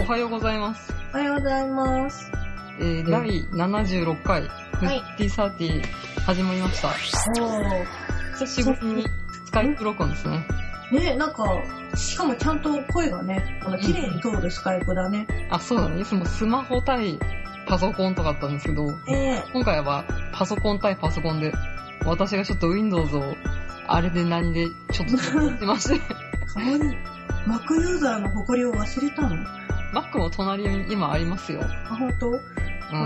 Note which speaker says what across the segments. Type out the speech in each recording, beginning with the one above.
Speaker 1: おはようございます。
Speaker 2: おはようございます。
Speaker 1: えー、第76回、フ
Speaker 2: い
Speaker 1: ッティサーティ始まりました。
Speaker 2: おー
Speaker 1: 久しぶりにスカイプ録音ですね。
Speaker 2: ねなんか、しかもちゃんと声がね、あの、綺麗に通るスカイプだね。
Speaker 1: あ、そうだね。いつもスマホ対パソコンとかあったんですけど、
Speaker 2: え
Speaker 1: 今回はパソコン対パソコンで、私がちょっと Windows を、あれで何で、ちょっとやってまして、
Speaker 2: えかわいい。Mac ユーザーの誇りを忘れたの
Speaker 1: Mac も隣に今ありますよ。
Speaker 2: あ、本当
Speaker 1: う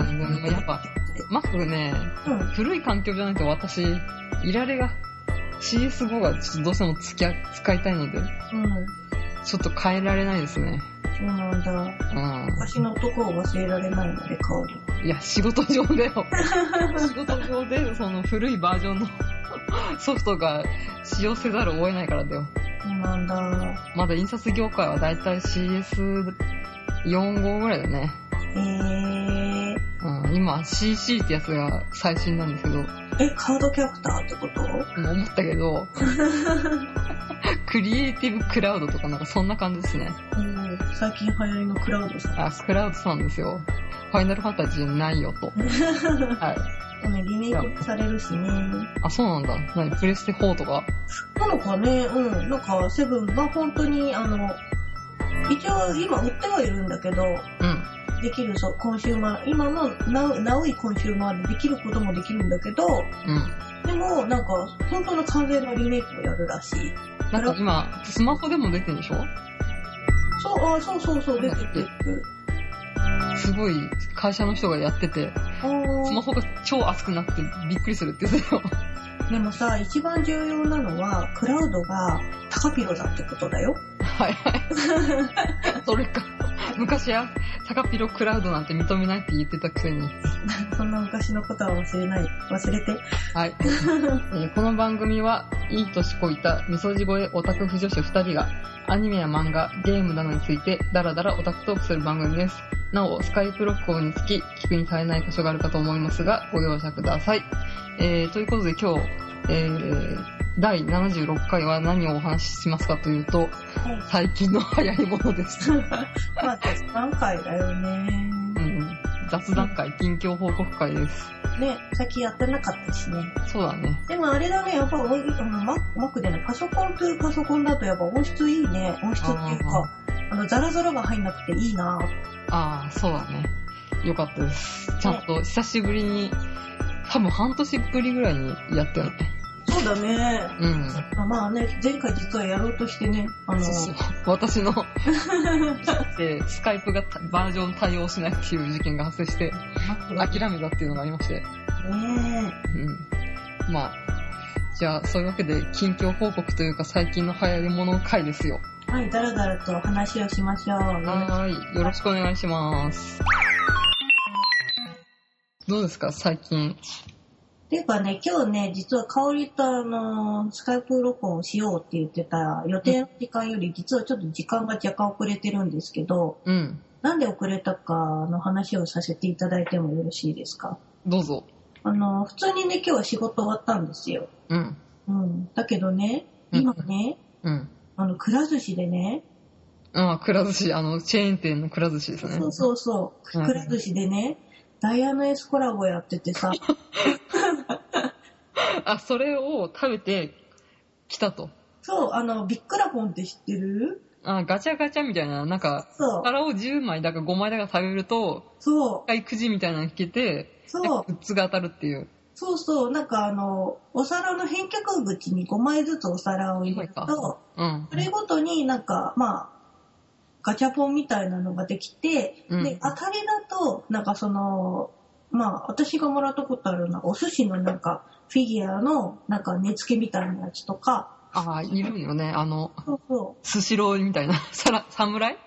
Speaker 1: ん、でもやっぱ、Mac ね、
Speaker 2: うん。
Speaker 1: 古い環境じゃないと私、いられが、CS5 がちょっとどうしても付き合使いたいので、
Speaker 2: うん。
Speaker 1: ちょっと変えられないですね。
Speaker 2: そうなんだ。
Speaker 1: うん。
Speaker 2: 昔のとこを忘れられないので、顔に。
Speaker 1: いや、仕事上だよ。仕事上で、その古いバージョンの ソフトが使用せざるを得ないからだよ。
Speaker 2: そうなんだ。
Speaker 1: まだ印刷業界はだいたい CS45 ぐらいだね。
Speaker 2: えー、
Speaker 1: うん、今 CC ってやつが最新なんですけど、
Speaker 2: え、カードキャプターってこと
Speaker 1: もう思ったけど、クリエイティブクラウドとかなんかそんな感じですね。
Speaker 2: うん。最近流行りのクラウドさん。
Speaker 1: あ、クラウドさんですよ。ファイナルファンタジーじゃないよと。はい。
Speaker 2: でもねリメイクもされるしね。
Speaker 1: あ、そうなんだ。何プレステ4とか。
Speaker 2: なのかね、うん。なんか、セブンが本当に、あの、一応今売ってはいるんだけど、
Speaker 1: うん。
Speaker 2: できるそう、コンシューマー、今のナウナウイコンシューマーでできることもできるんだけど、
Speaker 1: うん。
Speaker 2: でも、なんか、本当の完全のリメイクをやるらしい。
Speaker 1: なんか今、スマホでも出てるでしょ
Speaker 2: そう、あそうそうそう、出てくる。
Speaker 1: すごい会社の人がやってて、
Speaker 2: あー
Speaker 1: スマホが超熱くなってびっくりするって言ってたよ。
Speaker 2: でもさ、一番重要なのは、クラウドが高ピロだってことだよ。
Speaker 1: はいはい。それか。昔は、タカピロクラウドなんて認めないって言ってたくせに。
Speaker 2: そんな昔のことは忘れない。忘れて。
Speaker 1: はい。えーこの番組は、いい年こいた、みそじ越えオタク婦女子2人が、アニメや漫画、ゲームなどについて、だらだらオタクトークする番組です。なお、スカイプロックにつき、聞くに足りない箇所があるかと思いますが、ご容赦ください。えーということで今日、えー第76回は何をお話ししますかというと、
Speaker 2: はい。
Speaker 1: 最近の流行りものです。
Speaker 2: まあ、雑談会だよね。
Speaker 1: うん、雑談会、近況報告会です。
Speaker 2: ね、最近やってなかったしね。
Speaker 1: そうだね。
Speaker 2: でもあれだね、やっぱ、おいあのママックでね、パソコンというパソコンだとやっぱ音質いいね。音質っていうか、あの、ザラザラが入んなくていいな
Speaker 1: ああ、そうだね。よかったです。ちゃんと久しぶりに、多分半年ぶりぐらいにやったよね。
Speaker 2: そうだね。
Speaker 1: うん。
Speaker 2: あまあね、前回実はやろうとしてね、あの、
Speaker 1: そうそう。私の、でスカイプがたバージョン対応しないっていう事件が発生して、
Speaker 2: マックだね
Speaker 1: 諦めたっていうのがありまして。うん。まあ、じゃあ、そういうわけで、近況報告というか最近の流行り物回ですよ。
Speaker 2: はい、ザラザラと話をしましょう。
Speaker 1: はーい。よろしくお願いします。どうですか最近。
Speaker 2: っていうかね、今日ね、実は香りとあの、スカイプ録音をしようって言ってた予定の時間より、実はちょっと時間が若干遅れてるんですけど、
Speaker 1: うん。
Speaker 2: なんで遅れたかの話をさせていただいてもよろしいですか
Speaker 1: どうぞ。
Speaker 2: あの、普通にね、今日は仕事終わったんですよ。
Speaker 1: うん。
Speaker 2: うん。だけどね、今ね、
Speaker 1: うん。
Speaker 2: あの、くら寿司でね、
Speaker 1: ああ、くら寿司、あの、チェーン店のくら寿司ですね。
Speaker 2: そう
Speaker 1: う。
Speaker 2: そうそう、
Speaker 1: うん
Speaker 2: くら寿司でね、ダイヤのエスコラボやってて さ、
Speaker 1: あ、それを食べてきたと。
Speaker 2: そう、あの、ビックラポンって知ってる
Speaker 1: あガチャガチャみたいな、なんか、
Speaker 2: そう、
Speaker 1: 皿を10枚だか5枚だか食べると、
Speaker 2: そう
Speaker 1: 一、回くじみたいなの引けて、
Speaker 2: そう、
Speaker 1: グッズが当たるっていう。
Speaker 2: そうそう、なんかあの、お皿の返却口に5枚ずつお皿を入れる
Speaker 1: 五枚
Speaker 2: と、
Speaker 1: うん。
Speaker 2: それごとになんか、まあ、ガチャポンみたいなのができて、
Speaker 1: うん
Speaker 2: で、当たりだと、なんかその、まあ、私がもらったことあるのが、お寿司のなんか、フィギュアの、なんか、根付けみたいなやつとか、
Speaker 1: ああ、いるよね。あの、
Speaker 2: そうそう、
Speaker 1: スシローみたいな、 皿、侍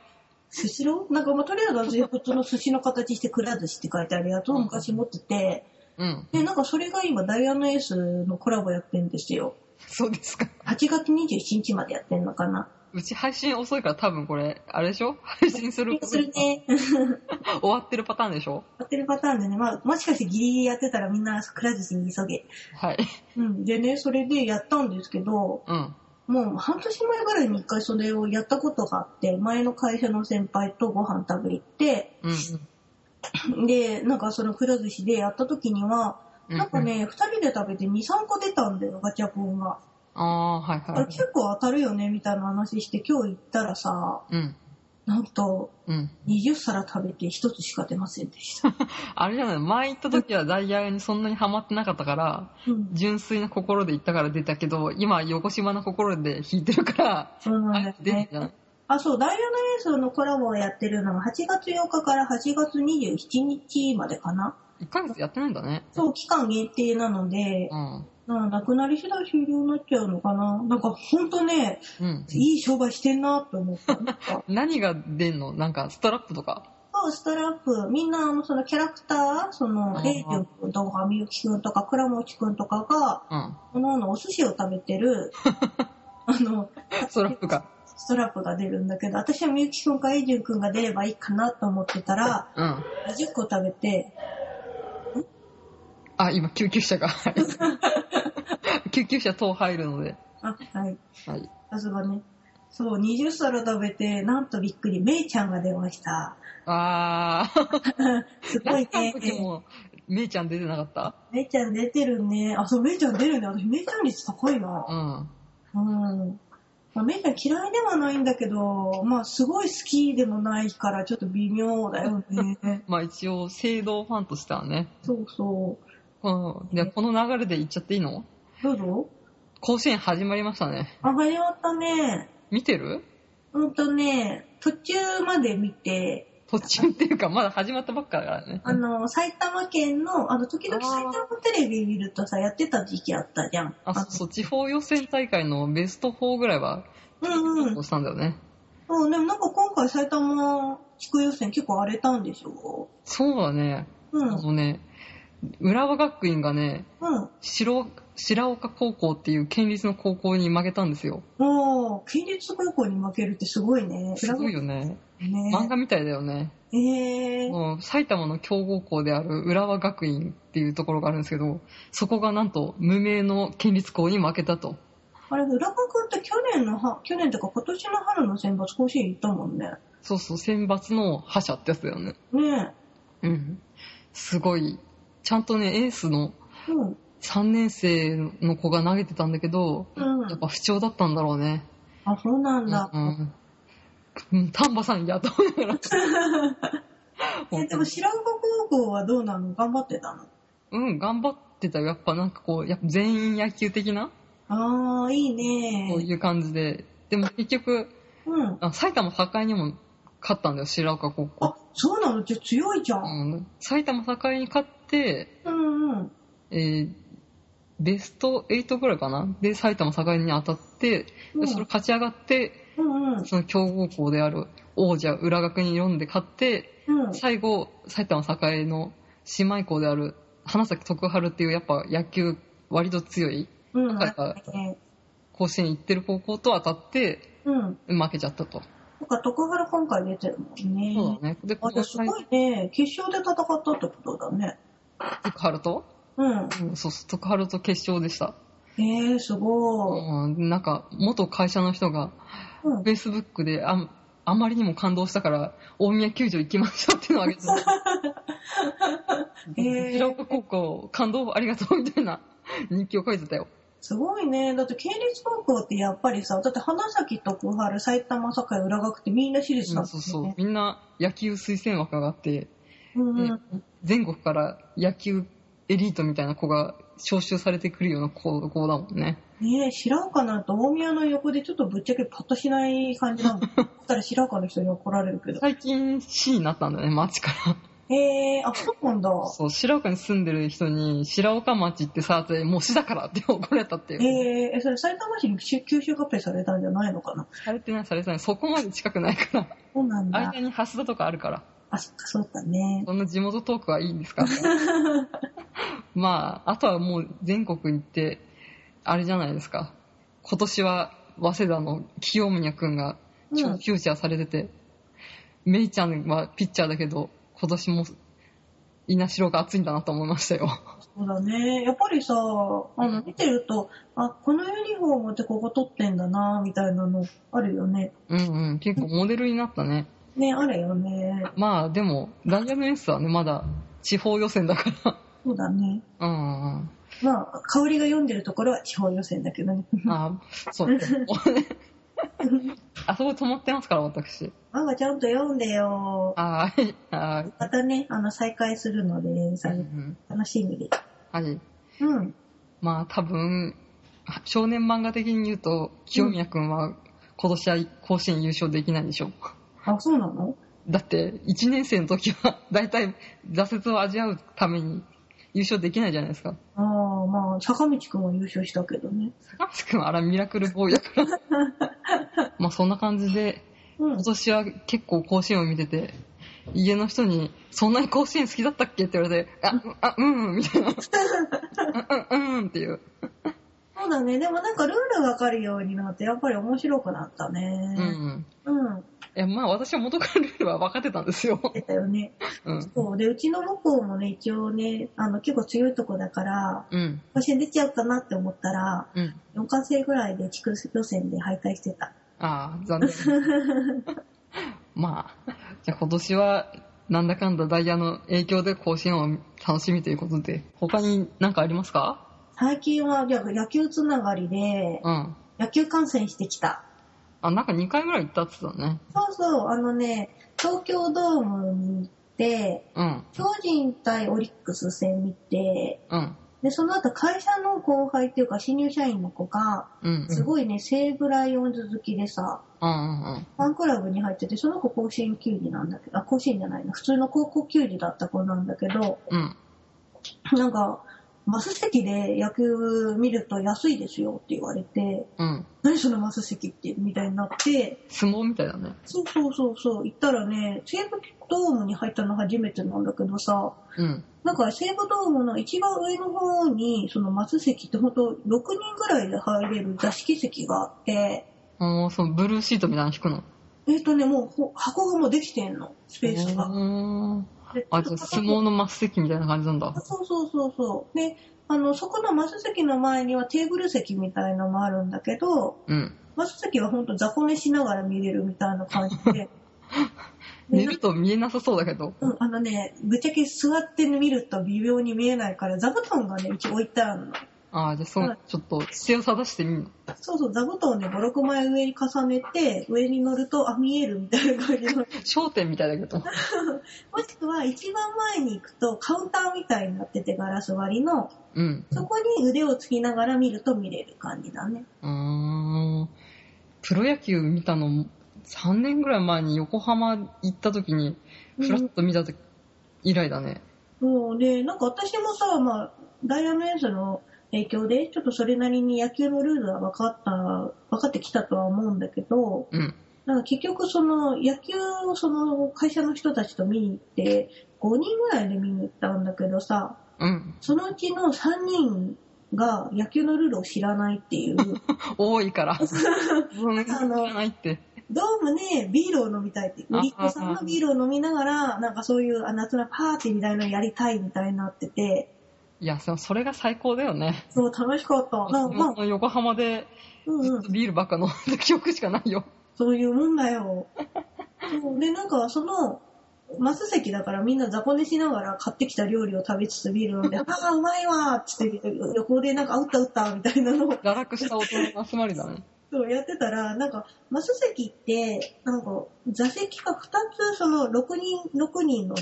Speaker 2: スシローなんか、まあ、とりあえず、普通の寿司の形して、くら寿司って書いてあるやつを昔持ってて、
Speaker 1: うん。
Speaker 2: で、なんか、それが今、ダイアナエースのコラボやってんですよ。
Speaker 1: そうですか。
Speaker 2: 8月27日までやってんのかな。
Speaker 1: うち配信遅いから多分これ、あれでしょ配信する
Speaker 2: するね。
Speaker 1: 終わってるパターンでしょ
Speaker 2: やってるパターンでね、まあ、もしかしてギリギリやってたらみんなくら寿司に急げ。
Speaker 1: はい。
Speaker 2: うん。でね、それでやったんですけど、
Speaker 1: うん。
Speaker 2: もう半年前ぐらいに一回それをやったことがあって、前の会社の先輩とご飯食べ行って、
Speaker 1: うん。
Speaker 2: で、なんかそのくら寿司でやった時には、
Speaker 1: うん。
Speaker 2: なんか。ね、二人で食べて2、3個出たんだよ、ガチャポンが。
Speaker 1: ああ、はい
Speaker 2: あ
Speaker 1: は
Speaker 2: れ
Speaker 1: い。
Speaker 2: 結構当たるよね、みたいな話して、今日行ったらさ、
Speaker 1: うん。
Speaker 2: なんと、
Speaker 1: うん。
Speaker 2: 20皿食べて1つしか出ませんで した。
Speaker 1: あれじゃない前行った時はダイヤにそんなにハマってなかったから、
Speaker 2: うん。
Speaker 1: 純粋な心で行ったから出たけど、今、横島な心で弾いてるから、
Speaker 2: そう
Speaker 1: あ
Speaker 2: なん
Speaker 1: れ
Speaker 2: です
Speaker 1: 出てん
Speaker 2: ね。
Speaker 1: じゃない
Speaker 2: あ、そう、ダイヤのレースのコラボをやってるのが8月8日から8月27日までかな。
Speaker 1: ?1 ヶ月やってないんだね。
Speaker 2: そう、期間限定なので、
Speaker 1: うん。
Speaker 2: ななくなり次第終了になっちゃうのかな。なんかほんとね、
Speaker 1: うん。
Speaker 2: いい商売してんなと思った。なんか
Speaker 1: 何が出んのなんか、ストラップとか。
Speaker 2: そう、ストラップ、みんなあのそのキャラクター、そ
Speaker 1: あ
Speaker 2: の、
Speaker 1: ー
Speaker 2: レイジュン君とか、みゆき君とか、倉持君とかが、
Speaker 1: う
Speaker 2: お
Speaker 1: ん。
Speaker 2: のおのお寿司を食べて る、あの、
Speaker 1: ストラップか。
Speaker 2: ストラップが出るんだけど、私はみゆき君かレイジュン君が出ればいいかなと思ってたら、
Speaker 1: うん。
Speaker 2: 20個食べて、
Speaker 1: あ、今、救急 車が。はい救急車等入るので。
Speaker 2: あ、はい、
Speaker 1: はい。
Speaker 2: さすがね。そう、20皿食べて、なんとびっくり、めいちゃんが出ました。
Speaker 1: あー。
Speaker 2: すご
Speaker 1: ラ
Speaker 2: い
Speaker 1: ジオの時
Speaker 2: ね。
Speaker 1: も、めいちゃん出てなかった
Speaker 2: めいちゃん出てるね。あ、そう、めいちゃん出るね。私、めいちゃん率高いな。
Speaker 1: うん。。
Speaker 2: うん。まあ、めいちゃん嫌いではないんだけど、まあ、すごい好きでもないから、ちょっと微妙だよね
Speaker 1: まあ一応、聖堂ファンとしてはね。
Speaker 2: そうそう。
Speaker 1: うん。で、この流れで行っちゃっていいの
Speaker 2: どうぞ。
Speaker 1: 甲子園始まりましたね。
Speaker 2: あ、始まったね。
Speaker 1: 見てる
Speaker 2: うんとね、途中まで見て、
Speaker 1: 途中っていうか、 まだ始まったばっかだからね。
Speaker 2: あの、埼玉県の、あの、時々
Speaker 1: あー
Speaker 2: 埼玉テレビ見るとさ、やってた時期あったじゃん。
Speaker 1: あ、そうそう、地方予選大会のベスト4ぐらいは、
Speaker 2: うんうん
Speaker 1: 押。したんだよね。
Speaker 2: うん、でもなんか今回埼玉地区予選結構荒れたんでしょ
Speaker 1: そうだね。
Speaker 2: うん。
Speaker 1: あ
Speaker 2: うん。
Speaker 1: のね、浦和学院がね、
Speaker 2: うん
Speaker 1: 白白岡高校っていう県立の高校に負けたんですよ。
Speaker 2: おー、県立高校に負けるってすごいね。
Speaker 1: すごいよね。
Speaker 2: ね。
Speaker 1: 漫画みたいだよね。
Speaker 2: えー、
Speaker 1: もう埼玉の強豪校である浦和学院っていうところがあるんですけど、そこがなんと無名の県立校に負けたと。
Speaker 2: あれ、浦和君って去年のは、去年とか今年の春の選抜甲子園行ったもんね。
Speaker 1: そうそう、選抜の覇者ってやつだよね。
Speaker 2: ね
Speaker 1: うん。すごい。ちゃんとね、エースの
Speaker 2: え。うん。
Speaker 1: 3年生の子が投げてたんだけど、
Speaker 2: う
Speaker 1: やっ
Speaker 2: ん。
Speaker 1: ぱ不調だったんだろうね。
Speaker 2: あ、そうなんだ。
Speaker 1: うん。うん、丹波さんやと思い ながら。
Speaker 2: え、でも白岡高校はどうなの頑張ってたの
Speaker 1: うん、頑張ってたよ。やっぱなんかこう、やっぱ全員野球的な、
Speaker 2: あー、いい
Speaker 1: こう
Speaker 2: ね
Speaker 1: いう感じで。でも結局、
Speaker 2: うん。
Speaker 1: あ埼玉栄にも勝ったんだよ、白岡高校。
Speaker 2: あ、そうなのじゃあ強いじゃ。
Speaker 1: うんん、埼玉栄に勝って、
Speaker 2: うんうん。
Speaker 1: えーベスト8ぐらいかなで、埼玉栄に当たって、
Speaker 2: う
Speaker 1: でそれ
Speaker 2: ん
Speaker 1: 勝ち上がって、
Speaker 2: うんうん。
Speaker 1: その強豪校である王者、浦学に読んで勝って、
Speaker 2: うん。
Speaker 1: 最後、埼玉栄の姉妹校である花咲徳栄っていう、やっぱ野球割と強い
Speaker 2: うん。
Speaker 1: なんか
Speaker 2: ね
Speaker 1: 甲子園行ってる高校と当たって、
Speaker 2: うん。
Speaker 1: 負けちゃったと。
Speaker 2: なんか徳原今回出てるもんね。
Speaker 1: そうだね。で、
Speaker 2: あ、
Speaker 1: こ
Speaker 2: じゃ
Speaker 1: こ
Speaker 2: あすごいね。決勝で戦ったってことだね。
Speaker 1: 徳春と、
Speaker 2: うん。
Speaker 1: うん、そうそう、徳春と決勝でした。
Speaker 2: えー、すごい。
Speaker 1: うん、なんか、元会社の人が、
Speaker 2: うん。
Speaker 1: フェイスブックであん、あまりにも感動したから、大宮球場行きましょうっていうのをあげてた。
Speaker 2: えー
Speaker 1: 平岡高校、感動ありがとうみたいな日記を書いてたよ。
Speaker 2: すごいね。だって、県立高校ってやっぱりさ、だって花咲徳栄、埼玉栄、浦学ってみんな私立
Speaker 1: そ
Speaker 2: だ
Speaker 1: う
Speaker 2: もんね。
Speaker 1: そうそう。みんな野球推薦枠があって、
Speaker 2: うんうん。
Speaker 1: 全国から野球エリートみたいな子が招集されてくるような高校だもんね。
Speaker 2: ねえ、白岡なんて大宮の横でちょっとぶっちゃけパッとしない感じだもん。だったら白岡の人に怒られるけど。
Speaker 1: 最近 C になったんだね、町から。
Speaker 2: へえー、あ、そうなんだ。
Speaker 1: そう、白岡に住んでる人に、白岡町ってさ、ってもう市だからって怒られたっていう。
Speaker 2: えー、えそれ埼玉市に吸収合併されたんじゃないのかな。
Speaker 1: されてない、されてない。そこまで近くないから。
Speaker 2: そうなんだ
Speaker 1: 間。に蓮田とかあるから。
Speaker 2: あ、そっか、そうだね。
Speaker 1: そんな地元トークはいい んですから。まあ、あとはもう全国行って、あれじゃないですか。今年は早稲田の清宮くんが
Speaker 2: う
Speaker 1: 超
Speaker 2: ん、
Speaker 1: フューチャーされてて、めいちゃんはピッチャーだけど、今年も稲城が熱いんだなと思いましたよ。
Speaker 2: そうだね。やっぱりさ、あの、見てると、あ、このユニフォームってここ取ってんだな、みたいなのあるよね。
Speaker 1: うんうん、結構モデルになったね。
Speaker 2: ね、あるよね。
Speaker 1: まあでも、ダイヤルエースはね、まだ地方予選だか
Speaker 2: そうだね。
Speaker 1: ら。うんうん。
Speaker 2: まあ、香りが読んでるところは地方予選だけどね。
Speaker 1: ああ、そう。あそこ止まってますから、私。
Speaker 2: ママちゃんと読んでよ。
Speaker 1: あーはい。あー
Speaker 2: またね、あの、再開するので、さ
Speaker 1: うん
Speaker 2: 楽しみで。
Speaker 1: うんはい。
Speaker 2: うん。
Speaker 1: まあ多分、少年漫画的に言うと、清宮くんは今年は甲子園優勝できないでしょう。
Speaker 2: あ、そうなの
Speaker 1: だって、1年生の時は、大体、挫折を味わうために優勝できないじゃないですか。
Speaker 2: ああ、まあ、坂道くんは優勝したけどね。
Speaker 1: 高橋くんはあらミラクルボーイだから。まあそんな感じで、
Speaker 2: うん
Speaker 1: 今。年は結構甲子園を見てて、家の人に、そんなに甲子園好きだったっけって言われて、あ、あ、うん、うん、みた いな。うん、うん、うんっていう。
Speaker 2: そうだね。でもなんかルールがわかるようになって、やっぱり面白くなった
Speaker 1: う
Speaker 2: ね。
Speaker 1: ん。
Speaker 2: うん。
Speaker 1: いや、まあ私は元からルールは分かってたんですよ。
Speaker 2: 出たよね。
Speaker 1: うん。
Speaker 2: そう。で、うちの母校もね、一応ね、あの、結構強いとこだから、
Speaker 1: うん。
Speaker 2: 甲子園出ちゃうかなって思ったら、
Speaker 1: うん。
Speaker 2: 4回生ぐらいで地区予選で敗退してた。
Speaker 1: ああ、残念。 まあ、じゃあ今年は、なんだかんだダイヤの影響で甲子園を楽しみということで、他に何かありますか
Speaker 2: 最近は、じゃあ野球つながりで、
Speaker 1: うん。
Speaker 2: 野球観戦してきた。
Speaker 1: あ、なんか2回ぐらい行ったって言ってたね。
Speaker 2: そうそう、あのね、東京ドームに行って、
Speaker 1: うん。
Speaker 2: 巨人対オリックス戦見て、
Speaker 1: うん。
Speaker 2: で、その後会社の後輩っていうか新入社員の子が、
Speaker 1: うん。
Speaker 2: す
Speaker 1: い。
Speaker 2: ごいね、西武ライオンズ好きでさ、
Speaker 1: うんうんうん。
Speaker 2: ファンクラブに入ってて、その子甲子園球児なんだけど、あ、甲子園じゃないな、普通の高校球児だった子なんだけど、
Speaker 1: うん。
Speaker 2: なんか、マス席で野球見ると安いですよって言われて、
Speaker 1: うん。
Speaker 2: 何そのマス席って、みたいになって、
Speaker 1: 相撲みたいだね。
Speaker 2: そうそうそうそう、行ったらね、西武ドームに入ったの初めてなんだけどさ、
Speaker 1: うん。
Speaker 2: なんか西武ドームの一番上の方に、そのマス席って本当6人ぐらいで入れる座敷席があって、
Speaker 1: おーそのブルーシートみたいなの引くの。
Speaker 2: えっ、とね、もうほ箱がもうできてんの、スペースが。
Speaker 1: おー
Speaker 2: で
Speaker 1: あ、じゃあ相撲の真っ席みたいな感じなんだ。
Speaker 2: そうそうそうそう。で、あの、そこのマス席の前にはテーブル席みたいのもあるんだけど、
Speaker 1: うん。
Speaker 2: マス席はほんと雑魚寝しながら見れるみたいな感じで。
Speaker 1: 寝ると 見えなさそうだけど。
Speaker 2: うん、あのね、ぶっちゃけ座って見ると微妙に見えないから、座布団がね、うち置いてあるの。
Speaker 1: あーじゃあそ
Speaker 2: は
Speaker 1: の
Speaker 2: い、
Speaker 1: ちょっと姿勢を正してみるの。
Speaker 2: そうそう、座布団をね、5、6枚上に重ねて、上に乗ると、あ、見えるみたいな感じの。
Speaker 1: 焦点みたいだけど。
Speaker 2: もしくは、一番前に行くと、カウンターみたいになってて、ガラス割りの、
Speaker 1: うん。
Speaker 2: そこに腕をつきながら見ると見れる感じだね。
Speaker 1: うーん。プロ野球見たの、3年ぐらい前に横浜行った時に、
Speaker 2: うん
Speaker 1: フラッと見た時以来だね。
Speaker 2: そうで、なんか私もさ、まあ、ダイヤメンスの影響で、ちょっとそれなりに野球のルールは分かった、分かってきたとは思うんだけど、
Speaker 1: うん。
Speaker 2: なんか結局その野球をその会社の人たちと見に行って、5人ぐらいで見に行ったんだけどさ、
Speaker 1: うん。
Speaker 2: そのうちの3人が野球のルールを知らないって いう、
Speaker 1: 多 いから。そんなに知らないって。
Speaker 2: ドームでビールを飲みたいって、売りっ子さんがビールを飲みながら、なんかそういうあ夏のパーティーみたいなのやりたいみたいになってて、
Speaker 1: いや、そそれが最高だよね。
Speaker 2: そう楽しかった。なまあ
Speaker 1: その横浜で
Speaker 2: うん
Speaker 1: ず
Speaker 2: う
Speaker 1: っ
Speaker 2: ん
Speaker 1: と、ビールばっか飲んだ記憶しかないよ。
Speaker 2: そういうもんだよ。そうで、なんかその、マス席だからみんな雑魚寝しながら買ってきた料理を食べつつビール飲んで、ああ、うまいわーっつって横でなんか、あ、打った打ったみたいなのを
Speaker 1: 堕落した大人の集まりだね。
Speaker 2: そうやってたら、なんか、マス席って、なんか、座席が2つ、その6人、6人の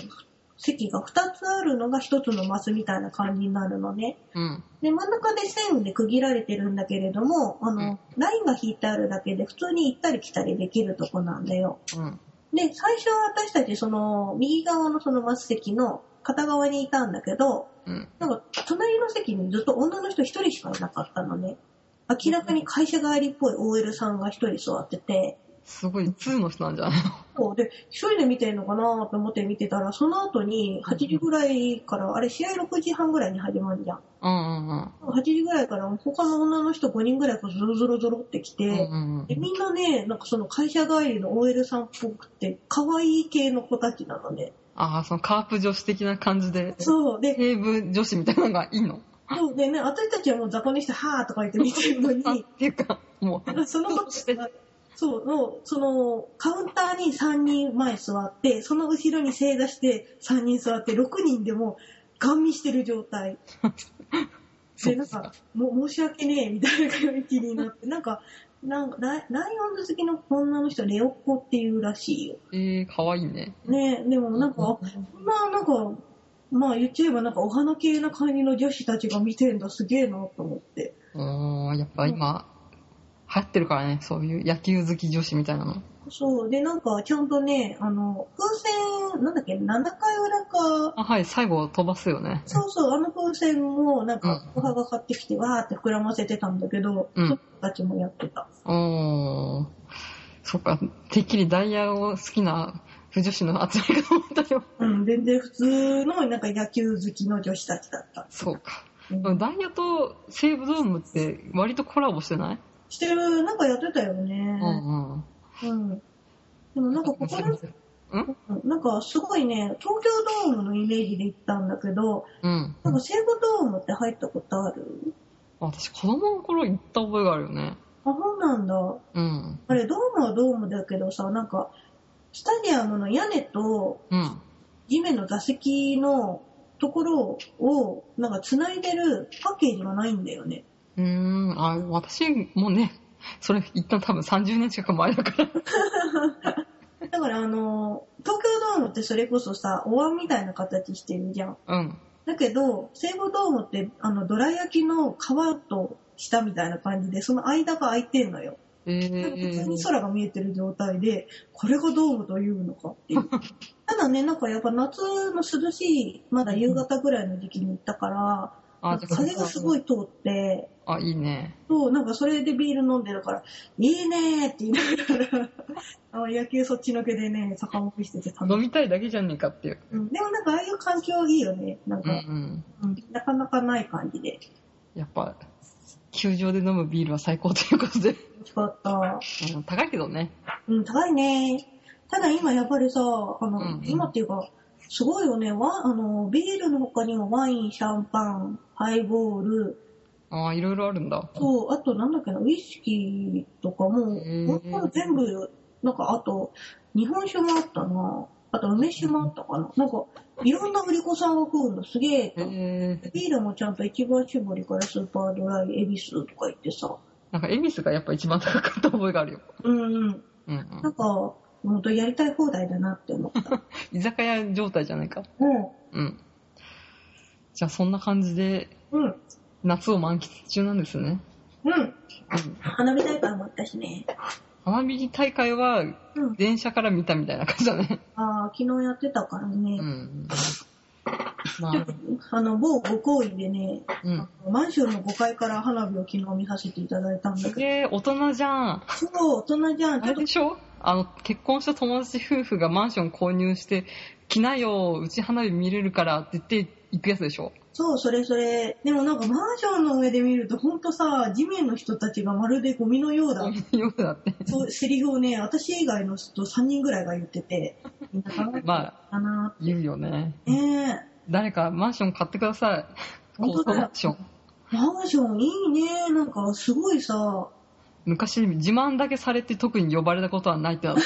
Speaker 2: 席が2つあるのが1つのマスみたいな感じになるのね。
Speaker 1: うん。
Speaker 2: で、真ん中で線で区切られてるんだけれども、あの、ラインが引いてあるだけで普通に行ったり来たりできるとこなんだよ。
Speaker 1: うん。
Speaker 2: で、最初は私たちその右側のそのマス席の片側にいたんだけど、
Speaker 1: うん。
Speaker 2: なんか隣の席にずっと女の人一人しかいなかったのね。明らかに会社帰りっぽい OL さんが一人座ってて、
Speaker 1: すごい通の人なんじゃない
Speaker 2: そうで、一人で見てるのかなと思って見てたら、その後に8時ぐらいから、あれ試合6時半ぐらいに始まるじゃん。
Speaker 1: うんうん
Speaker 2: 8時ぐらいから他の女の人5人ぐらいこうゾロゾロゾロってき
Speaker 1: うん。
Speaker 2: て
Speaker 1: う、んうん
Speaker 2: でみんなね、なんかその会社帰りの OL さんっぽくて、可愛い系の子たちなのね。
Speaker 1: ああ、そのカープ女子的な感じで、
Speaker 2: そう、で、
Speaker 1: テーブ女子みたいなのがいいの
Speaker 2: そうでね、私たちはもう雑魚にして、はーとか言って見てるの
Speaker 1: あっ
Speaker 2: に、
Speaker 1: ていうか、もう、
Speaker 2: その子たちが、そう、の、その、カウンターに3人前座って、その後ろに正座して3人座って、6人でも、ガン見してる状態。
Speaker 1: そ
Speaker 2: で、
Speaker 1: う
Speaker 2: なん
Speaker 1: ですか
Speaker 2: か、も申し訳ねえ、みたいな雰囲気になって、なんか、なんかライライオンズ好きの女の人、レオッコっていうらしいよ。
Speaker 1: ええー、かわいいね。
Speaker 2: ねでもなんか、まあなんか、まあ言っちゃえばなんかお花系な感じの女子たちが見てんだ、すげえなと思って。
Speaker 1: おー、やっぱ今、流行ってるからね、そういう野球好き女子みたいなの。
Speaker 2: そう、でなんかちゃんとね、あの、風船、なんだっけ、7回裏か、
Speaker 1: あ、はい、最後飛ばすよね。
Speaker 2: そうそう、あの風船もなんか
Speaker 1: うん、
Speaker 2: おはが買ってきて、わーって膨らませてたんだけど、
Speaker 1: うん
Speaker 2: その子たちもやってた。
Speaker 1: おー、そっか、てっきりダイヤを好きな不女子の集まりかと思ったよ。
Speaker 2: うん、全然普通のなんか野球好きの女子たちだった。
Speaker 1: そうか。
Speaker 2: うん
Speaker 1: ダイヤと西武ドームって割とコラボしてない、
Speaker 2: してる、なんかやってたよね
Speaker 1: う。んうん。
Speaker 2: うん。でもなんかここでうんなんかすごいね、東京ドームのイメージで行ったんだけど、
Speaker 1: うん。
Speaker 2: なんか西武ドームって入ったことある
Speaker 1: 私、子供の頃行った覚えがあるよね。
Speaker 2: あ、そうなんだ。
Speaker 1: うん。
Speaker 2: あれ、ドームはドームだけどさ、なんか、スタジアムの屋根と
Speaker 1: うん。
Speaker 2: 地面の座席のところを、なんか繋いでるパッケージがないんだよね。
Speaker 1: うーん。あ、私もね、それ一旦多分30年近く前だから。
Speaker 2: だからあの、東京ドームってそれこそさ、お椀みたいな形してるじゃん。
Speaker 1: うん。
Speaker 2: だけど、西武ドームって、あの、どら焼きの皮と下みたいな感じで、その間が空いてんのよ。
Speaker 1: え
Speaker 2: なんか普通に
Speaker 1: ー、
Speaker 2: 空が見えてる状態で、これがドームというのか っていう。ただね、なんかやっぱ夏の涼しい、まだ夕方ぐらいの時期に行ったから、
Speaker 1: あ、
Speaker 2: 風がすご
Speaker 1: い。
Speaker 2: い通って、
Speaker 1: あ、いいね。
Speaker 2: そう、なんかそれでビール飲んでるから、いいねーって言いな がら、あの野球そっちのけでね、酒盛りしてて楽
Speaker 1: 飲
Speaker 2: しい。
Speaker 1: みたいだけじゃねえかっていう。
Speaker 2: うん、でもなんかああいう環境いいよね。なん
Speaker 1: うんう
Speaker 2: か、
Speaker 1: ん。
Speaker 2: うんなかなかない感じで。
Speaker 1: やっぱ、球場で飲むビールは最高という こと
Speaker 2: 美
Speaker 1: で。
Speaker 2: 味しかった。
Speaker 1: うん高いけどね。
Speaker 2: うん、高いね。ただ今やっぱりさ、あの、
Speaker 1: うん
Speaker 2: 今っていうか、すごいよね。わ、あの、ビールの他にもワイン、シャンパン、ハイボール、
Speaker 1: ああ、いろいろあるんだ。
Speaker 2: そう、あとなんだっけな、ウイスキーとかも
Speaker 1: へー、
Speaker 2: ほとんど全部、なんかあと、日本酒もあったな。あと梅酒もあったかな。なんか、いろんな売り子さんが来るの、すげえ
Speaker 1: え。ー、
Speaker 2: ビールもちゃんと一番搾りからスーパードライ、エビスとか言ってさ。
Speaker 1: なんか、恵比寿がやっぱ一番高かった覚えがあるよ。
Speaker 2: うんうん。
Speaker 1: うんう。
Speaker 2: なんんか、本当やりたい放題だなって思 った。
Speaker 1: 居酒屋状態じゃないか。うん。じゃあ、そんな感じで、
Speaker 2: うん。うん。
Speaker 1: 夏を満喫中なんですね。
Speaker 2: うん。
Speaker 1: うん。
Speaker 2: 花火大会もあったしね。
Speaker 1: 花火大会は、
Speaker 2: うん。
Speaker 1: 電車から見たみたいな感じだね。
Speaker 2: ああ、昨日やってたから
Speaker 1: う
Speaker 2: ね。
Speaker 1: ん。 まあ、
Speaker 2: あの、某ご好意でね、
Speaker 1: うん。
Speaker 2: マンションの5階から花火を昨日見させていただいたんだ
Speaker 1: す
Speaker 2: けど、
Speaker 1: げえ、大人じゃん。
Speaker 2: そう、大人じゃん。
Speaker 1: あ
Speaker 2: ちょ
Speaker 1: れ
Speaker 2: っと
Speaker 1: で、しょあの、結婚した友達夫婦がマンション購入して、来なよ、うち花火見れるからって言って行くやつでしょ
Speaker 2: そう、それそれ。でもなんかマンションの上で見ると、ほんとさ、地面の人たちがまるでゴミのよう だ。
Speaker 1: よくなって。
Speaker 2: そう、セリフをね、私以外の人3人ぐらいが言ってて、みんな考えて
Speaker 1: まあ、
Speaker 2: たな
Speaker 1: 言うよね。
Speaker 2: ぁ。ねえ。
Speaker 1: 誰かマンション買ってください。
Speaker 2: 本当だ
Speaker 1: 高層マンション。
Speaker 2: マンションいいね。なんかすごいさ、
Speaker 1: 昔自慢だけされて特に呼ばれたことはな いってなった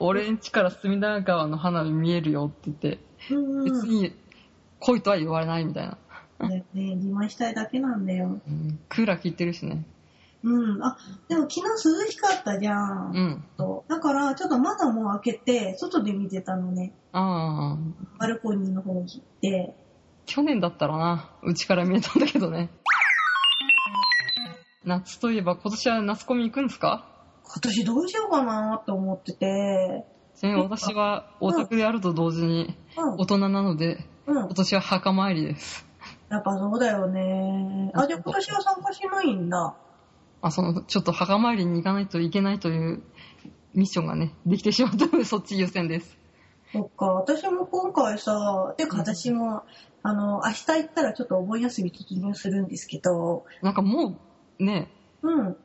Speaker 1: 俺ん家から隅田川の花火見えるよって言って
Speaker 2: うんう
Speaker 1: 別
Speaker 2: ん。
Speaker 1: に来いとは言われないみたいな、
Speaker 2: だよね、自慢したいだけなんだよ。
Speaker 1: うんクーラー効いてるしね
Speaker 2: うん。あ、でも昨日涼しかったじゃ。
Speaker 1: うんん
Speaker 2: とだから、ちょっと窓も開けて、外で見てたのね。
Speaker 1: ああ
Speaker 2: バルコニーの方に行って。
Speaker 1: 去年だったらなうちから見えたんだけどね夏といえば今年は夏コミ行くんですか
Speaker 2: 今年どうしようかなと思ってて。
Speaker 1: ちなみに私はオタクであると同時に大人なので
Speaker 2: うん。うん
Speaker 1: 今。年は墓参りです
Speaker 2: やっぱそうだよね。あ、じゃあ今年は参加しないんだ。
Speaker 1: あ、その、ちょっと墓参りに行かないといけないというミッションがね、できてしまったので、そっち優先です。
Speaker 2: そっか、私も今回さ、てか私も、あの、明日行ったらちょっとお盆休み突入するんですけど、
Speaker 1: なんかもう、ね、
Speaker 2: うん。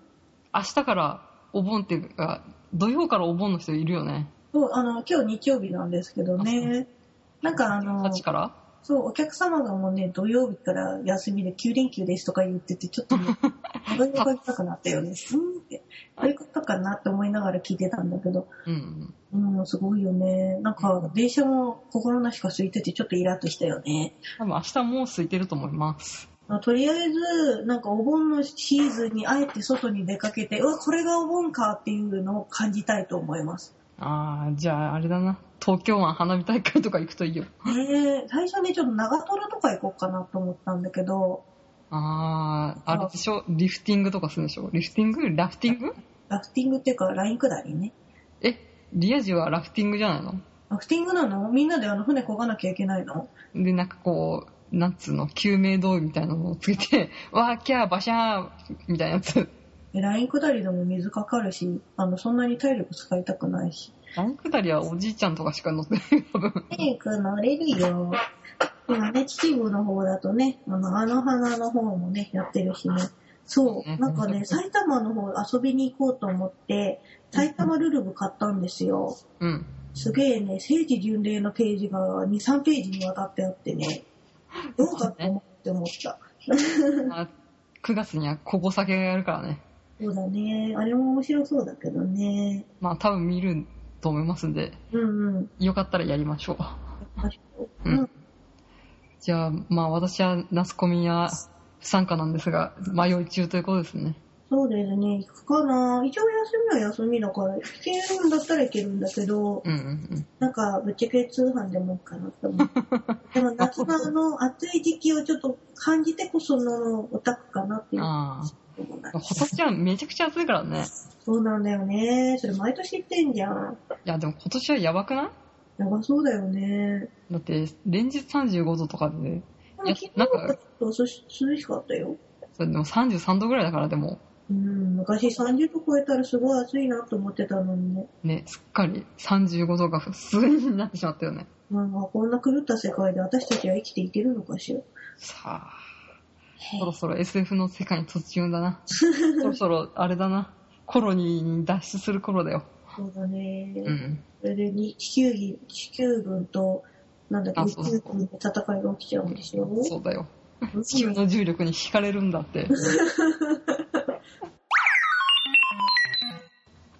Speaker 1: 明日からお盆っていうか、土曜からお盆の人いるよね。
Speaker 2: そう、あの、今日日曜日なんですけどね。なんかあの
Speaker 1: 8、から
Speaker 2: そう、お客様がもうね、土曜日から休みで9連休ですとか言ってて、ちょっとね、どういうことかなったよね。うんって、どういうことかなって思いながら聞いてたんだけど、
Speaker 1: うん
Speaker 2: うん、すごいよね。なんか、電車も心なしか空いてて、ちょっとイラッとしたよね。
Speaker 1: うん。多分明日もう空いてると思います。
Speaker 2: まあとりあえず、なんかお盆のシーズンにあえて外に出かけて、うわ、これがお盆かっていうのを感じたいと思います。
Speaker 1: ああ、じゃああれだな。東京湾花火大会とか行くといいよ。
Speaker 2: ねえ最初ね、ちょっと長瀞とか行こうかなと思ったんだけど、
Speaker 1: ああ、あれでしょリフティングとかするんでしょリフティングラフティング
Speaker 2: ラフティングっていうか、ライン下りね。
Speaker 1: え、リア充はラフティングじゃないの
Speaker 2: ラフティングなのみんなであの船漕がなきゃいけないの
Speaker 1: で、なんかこう、なんつうの、救命胴衣みたいなのをつけて、 わー、キャー、バシャー、みたいなやつ。
Speaker 2: えライン下りでも水かかるし、あの、そんなに体力使いたくないし。
Speaker 1: あのくだりはおじいちゃんとかしか乗ってない、多分。
Speaker 2: 早く乗れるよ。今ね、秩父の方だとね、あの、あの花の方もね、やってるしね。そう、なんかね、埼玉の方遊びに行こうと思って、埼玉ルルブ買ったんですよ。
Speaker 1: うん。
Speaker 2: すげえね、聖地巡礼のページが2、3ページにわたってあってね、どうかと思って思った。
Speaker 1: あ9月にはここ酒がやるからね。
Speaker 2: そうだね、あれも面白そうだけどね。
Speaker 1: まあ多分見ると思いますんで、
Speaker 2: うんうん。
Speaker 1: よかったらやりましょ
Speaker 2: う
Speaker 1: う。うん
Speaker 2: ん、
Speaker 1: じゃあ、まあ私はナスコミや不参加なんですが、迷い中ということですね。
Speaker 2: そうですね、行くかな。一応休みは休みだから、行けるんだったら行けるんだけど、
Speaker 1: うんうん
Speaker 2: なんか、ぶっちゃけ通販でもいいかなって思 う。でも夏のあの暑い時期をちょっと感じてこそのオタクかなって
Speaker 1: う
Speaker 2: い
Speaker 1: ん。
Speaker 2: う
Speaker 1: あ
Speaker 2: ところな
Speaker 1: あ。今年はめちゃくちゃ暑いからね。
Speaker 2: そうなんだよね。それ毎年言ってんじゃん。
Speaker 1: いや、でも今年はやばくない
Speaker 2: やばそうだよね。
Speaker 1: だって、連日35度とかで、
Speaker 2: でも昨日はちょっと涼し涼しかったよ。
Speaker 1: それでも33度ぐらいだからでも、
Speaker 2: うん、昔30度超えたらすごい暑いなと思ってたのにね。
Speaker 1: ね、すっかり35度が普通になってしまったよね。
Speaker 2: なんかこんな狂った世界で私たちは生きていけるのかしら。
Speaker 1: さあ、そろそろ SF の世界に突入だ な。そろそろ、あれだな。コロニーに脱出する頃だよ。
Speaker 2: そうだね。
Speaker 1: うん。
Speaker 2: それでに地球儀地球軍と、なんだっけ、
Speaker 1: あ
Speaker 2: 宇
Speaker 1: そうそう
Speaker 2: 宙軍の戦いが起きちゃうんですよ。
Speaker 1: そうだよ。地球の重力に惹かれるんだ って。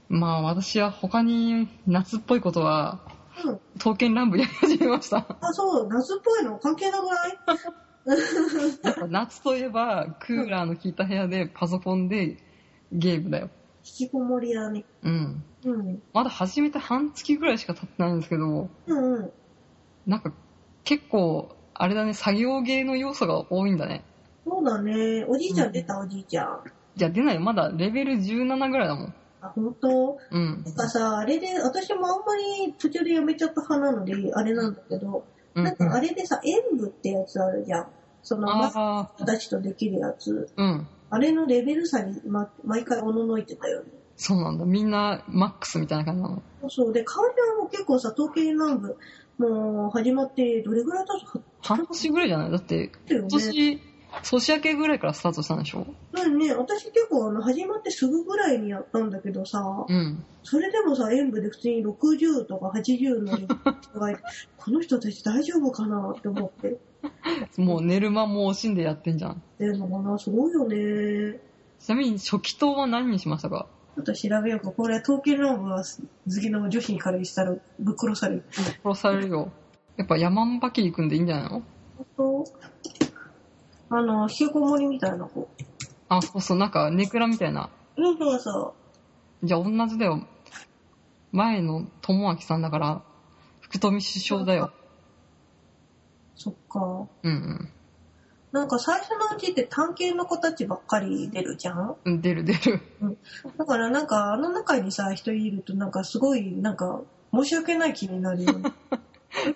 Speaker 1: まあ私は他に夏っぽいことは、
Speaker 2: うん
Speaker 1: 刀剣乱舞やり始めました。
Speaker 2: あ、そう、夏っぽいの関係なくない
Speaker 1: やっぱ夏といえば、クーラーの効いた部屋でパソコンでゲームだよ。
Speaker 2: 引きこもりだね。
Speaker 1: うん。
Speaker 2: うん。
Speaker 1: まだ始めて半月ぐらいしか経ってないんですけど、
Speaker 2: うんうん。
Speaker 1: なんか結構、あれだね、作業芸の要素が多いんだね。
Speaker 2: そうだね。おじいちゃ
Speaker 1: うん
Speaker 2: ん出た、おじいちゃん。
Speaker 1: いや、出ない。まだレベル17ぐらいだもん。
Speaker 2: あ、本当
Speaker 1: うん
Speaker 2: な。んかさ、あれで、私もあんまり途中でやめちゃった派なので、あれなんだけど、
Speaker 1: うん
Speaker 2: なんかあれでさ、演舞ってやつあるじゃん。その、マス
Speaker 1: あ
Speaker 2: ターたちとできるやつ。
Speaker 1: あ、うん。
Speaker 2: あれのレベル差に、ま、毎回おののいてたよね。
Speaker 1: そうなんだ。みんなマックスみたいな感じなの。
Speaker 2: そうで、香りはもう結構さ、東京南部、もう始まって、どれぐらい経つか
Speaker 1: 半年ぐらいじゃないだって、
Speaker 2: ってよ
Speaker 1: 今
Speaker 2: ね。
Speaker 1: 年、年明けぐらいからスタートしたんでしょ
Speaker 2: うんね、私結構あの、始まってすぐぐらいにやったんだけどさ、
Speaker 1: うん。
Speaker 2: それでもさ、演舞で普通に60とか80の人が いて、この人たち大丈夫かなって思って。
Speaker 1: もう寝る間も惜しんでやってんじゃん。
Speaker 2: でもかな、すごいよね。
Speaker 1: ちなみに初期投は何にしましたか
Speaker 2: ちょっと調べようか。これ、東京ラブは好きの女子からしたらぶっ殺される。
Speaker 1: 殺されるよ。やっぱ山んばき行くんでいいんじゃないの
Speaker 2: 本当あの、引きこもりみたいな子。
Speaker 1: あ、そうそう、なんか、ネクラみたいな。
Speaker 2: うん、そうそう。
Speaker 1: じゃあ、同じだよ。前の友明さんだから、福富首相だよ。
Speaker 2: そっか。
Speaker 1: うん
Speaker 2: なんか最初のうちって探検の子たちばっかり出るじゃん
Speaker 1: うん。出る出る。
Speaker 2: だからなんかあの中にさ、人いるとなんかすごいなんか申し訳ない気になるよ ね。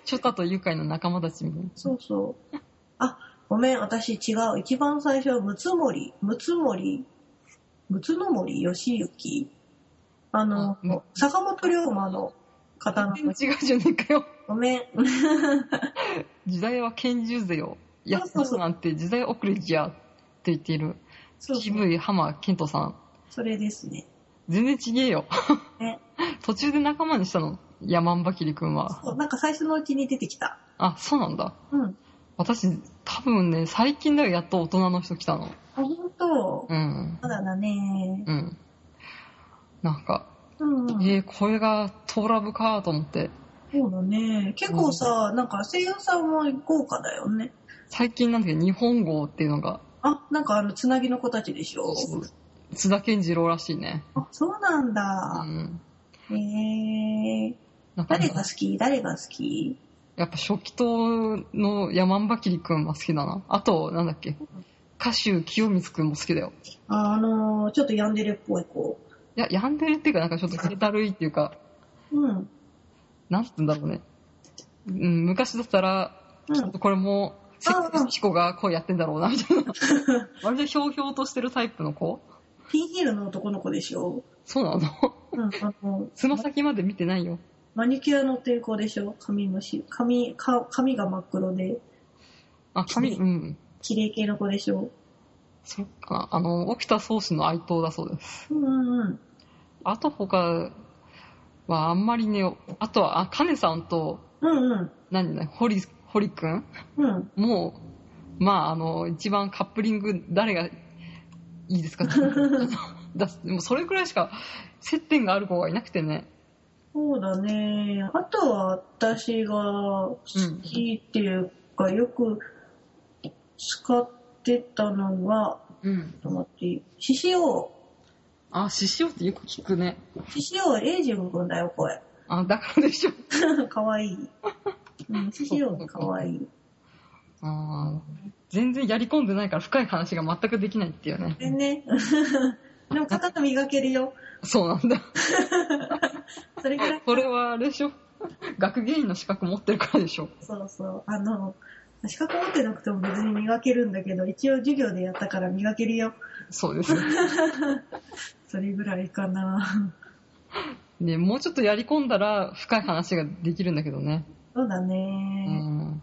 Speaker 1: チョタとユカイの仲間たちみたいな。
Speaker 2: そうそう。あ、ごめん、私違う。一番最初はムツモリ。ムツモリ。仏の森義行、あの、
Speaker 1: あも
Speaker 2: 坂本龍馬の方の、
Speaker 1: 全然違うじゃねえかよ。
Speaker 2: ごめん。
Speaker 1: 時代は拳銃ぜよ。やっとなんて時代遅れじゃ。って言っている。
Speaker 2: そうそう
Speaker 1: 渋い浜健人さん。
Speaker 2: それですね。
Speaker 1: 全然ちげえよ。
Speaker 2: ね
Speaker 1: 途中で仲間にしたの。山んばきりくんは。
Speaker 2: そうなんか最初のうちに出てきた。
Speaker 1: あ、そうなんだ。
Speaker 2: うん。
Speaker 1: 私、多分ね、最近だよ、やっと大人の人来たの。
Speaker 2: あ、本当。
Speaker 1: うん。
Speaker 2: まだだね。
Speaker 1: うん。なんか、
Speaker 2: うん。
Speaker 1: えー、これがトーラブかと思って。
Speaker 2: そうだね。結構さ、なんか声優さんも豪華だよね。
Speaker 1: 最近なんだけど、日本語っていうのが、
Speaker 2: あ、なんかあの、つなぎの子たちでしょ。
Speaker 1: 津田健次郎らしいね。
Speaker 2: あ、そうなん
Speaker 1: う
Speaker 2: だ。
Speaker 1: ん。
Speaker 2: へ、えー。
Speaker 1: なんか、
Speaker 2: 誰
Speaker 1: や
Speaker 2: が好き誰が好き
Speaker 1: っぱ初期党の山んばきりくんは好きだな。あと、なんだっけ、歌手清光くんも好きだよ。
Speaker 2: あの、ちょっとヤンデレっぽい子。
Speaker 1: いや、やんでるっていうか、なんかちょっと気だるいっていうか、
Speaker 2: うん。
Speaker 1: なんつうんだろうね。うん、昔だったら、
Speaker 2: うん
Speaker 1: ちょっとこれも、セ
Speaker 2: ああ
Speaker 1: クシコがこうやってんだろうな、みたいな。割とひょうひょうとしてるタイプの子
Speaker 2: ピンヒールの男の子でしょ
Speaker 1: そうな
Speaker 2: う
Speaker 1: の
Speaker 2: ん、あの、
Speaker 1: つま先まで見てないよ。
Speaker 2: マニキュアの抵抗でしょ髪のし、髪、か髪が真っ黒で、
Speaker 1: あ、髪、うん。
Speaker 2: 綺麗系の子でしょ
Speaker 1: そっか、あの、沖田総司の愛党だそうです。
Speaker 2: うんうんうん。
Speaker 1: あと他はあんまりね、あとは、あ、カネさんと、
Speaker 2: うんうん。
Speaker 1: 何ね、堀、堀くん
Speaker 2: うん。
Speaker 1: もう、まあ、あの、一番カップリング、誰がいい ですかだでもそれくらいしか接点がある子がいなくてね。
Speaker 2: そうだね。あとは私が好きっていうか、よく使ってたのは、
Speaker 1: うん。
Speaker 2: ちょっと待って、獅子王。
Speaker 1: あ、獅子王ってよく聞くね。
Speaker 2: 獅子王はエイジ君だよ、声。
Speaker 1: あ、だからでしょ。
Speaker 2: かわいい。うん獅子王かわいい。
Speaker 1: あー全然やり込んでないから深い話が全くできないっていうね。
Speaker 2: でね。 でも肩磨けるよ。
Speaker 1: そうなんだ。
Speaker 2: それぐらい。
Speaker 1: これはあれでしょ。学芸員の資格持ってるからでしょ。
Speaker 2: そうそう。あの、資格持ってなくても別に磨けるんだけど、一応授業でやったから磨けるよ。
Speaker 1: そうです ね。
Speaker 2: それぐらいかな。
Speaker 1: ね、もうちょっとやり込んだら深い話ができるんだけどね。
Speaker 2: そうだ
Speaker 1: う
Speaker 2: ね。
Speaker 1: ん。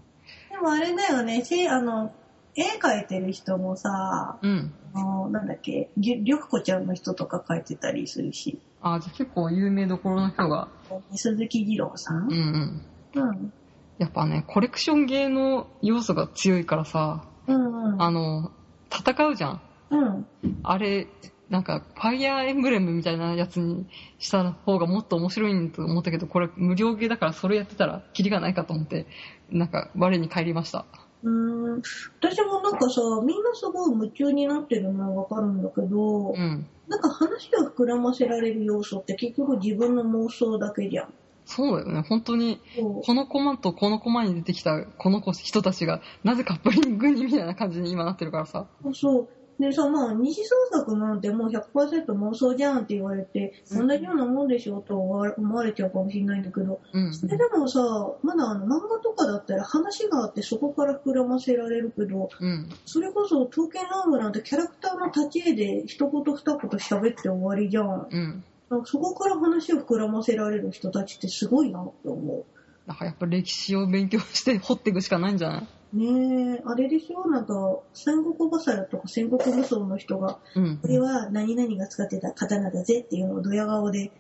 Speaker 2: でもあれだよね、し、あの、絵描いてる人もさ、
Speaker 1: うん。
Speaker 2: あの、なんだっけ、りゅりょくこちゃんの人とか描いてたりするし、
Speaker 1: あ、じゃあ結構有名どころの人が。
Speaker 2: 鈴木二郎さ
Speaker 1: うんうんん。
Speaker 2: うん。
Speaker 1: やっぱね、コレクション系の要素が強いからさ、
Speaker 2: うんうん。
Speaker 1: あの、戦うじゃん。
Speaker 2: うん。
Speaker 1: あれ、なんか、ファイアーエンブレムみたいなやつにした方がもっと面白いと思ったけど、これ無料系だからそれやってたらキリがないかと思って、なんか、我に帰りました。
Speaker 2: うーん私もなんかさ、みんなすごい夢中になってるのはわかるんだけど、
Speaker 1: うん。
Speaker 2: なんか話を膨らませられる要素って結局自分の妄想だけじゃん。
Speaker 1: そうだよね。本当に、
Speaker 2: そう
Speaker 1: このコマとこのコマに出てきたこの子人たちが、なぜカップリングにみたいな感じに今なってるからさ。
Speaker 2: そう。でさ、まあ、二次創作なんてもう100%妄想じゃんって言われて、
Speaker 1: う
Speaker 2: 同
Speaker 1: ん
Speaker 2: じようなもんでしょと思われちゃうかもしれないんだけど、
Speaker 1: うん。
Speaker 2: それでもさ、まだあの漫画とかだったら話があってそこから膨らませられるけど、
Speaker 1: うん。
Speaker 2: それこそ刀剣乱舞なんてキャラクターの立ち絵で一言二言喋って終わりじゃん。
Speaker 1: うん。
Speaker 2: なんかそこから話を膨らませられる人たちってすごいなって思。
Speaker 1: なんかやっぱ歴史を勉強して掘っていくしかないんじゃないう
Speaker 2: ねえ、あれでしょなんか、戦国バサラとか戦国武装の人が、
Speaker 1: うん
Speaker 2: こ。れは何々が使ってた刀だぜっていうのをドヤ顔 で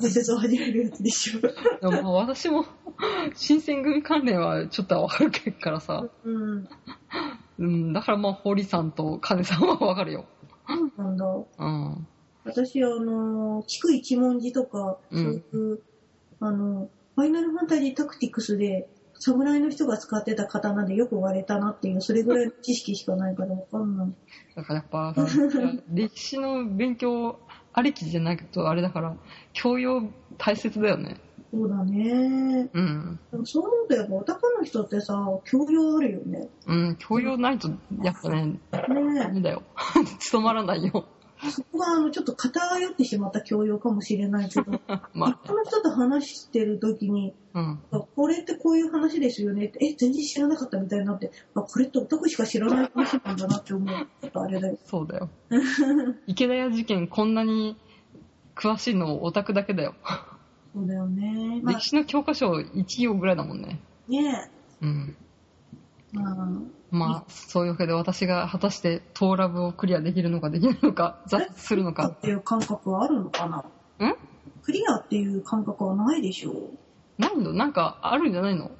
Speaker 2: 解説を始めるやつでしょ。
Speaker 1: でもまあ私も、 新選組関連はちょっとはわかるからさ。
Speaker 2: うん。
Speaker 1: うん。だからまあ、堀さんと金さんはわかるよ。
Speaker 2: そうなんだ。
Speaker 1: うん。
Speaker 2: 私、あの、菊一文字とか、
Speaker 1: う
Speaker 2: そうい
Speaker 1: ん
Speaker 2: う、あの、ファイナルファンタジータクティクスで、侍の人が使ってた刀でよく割れたなっていう、それぐらいの知識しかないからわかんない。
Speaker 1: だからやっぱ、歴史の勉強ありきじゃないとあれだから、教養大切だよね。
Speaker 2: そうだね。
Speaker 1: うん。
Speaker 2: でもそう思うとやっぱオタクの人ってさ、教養あるよね。ね
Speaker 1: うん、教養ないと、やっぱね、
Speaker 2: え
Speaker 1: ダメだよ。務まらないよ。
Speaker 2: そこがあのちょっと偏ってしまった教養かもしれないけど、
Speaker 1: ま
Speaker 2: 他の人と話してる時に、
Speaker 1: あ、うん。
Speaker 2: あこれってこういう話ですよねって、え、全然知らなかったみたいになって、あこれって男しか知らない話なんだなって思う。ちょっとあれだよ。
Speaker 1: そう だよ。池田屋事件こんなに詳しいのオタクだけだよ。
Speaker 2: そうだよね。まあ
Speaker 1: 歴、史の教科書1行ぐらいだもんね。
Speaker 2: ね
Speaker 1: うん。
Speaker 2: え、まあ、
Speaker 1: まあ、そういうわけで私が果たしてトーラブをクリアできるのかできないの か、挫折するの
Speaker 2: クリアっ
Speaker 1: か。
Speaker 2: ていう感覚はあるのかな
Speaker 1: うん
Speaker 2: クリアっていう感覚はないでしょ
Speaker 1: ないのなんかあるんじゃないの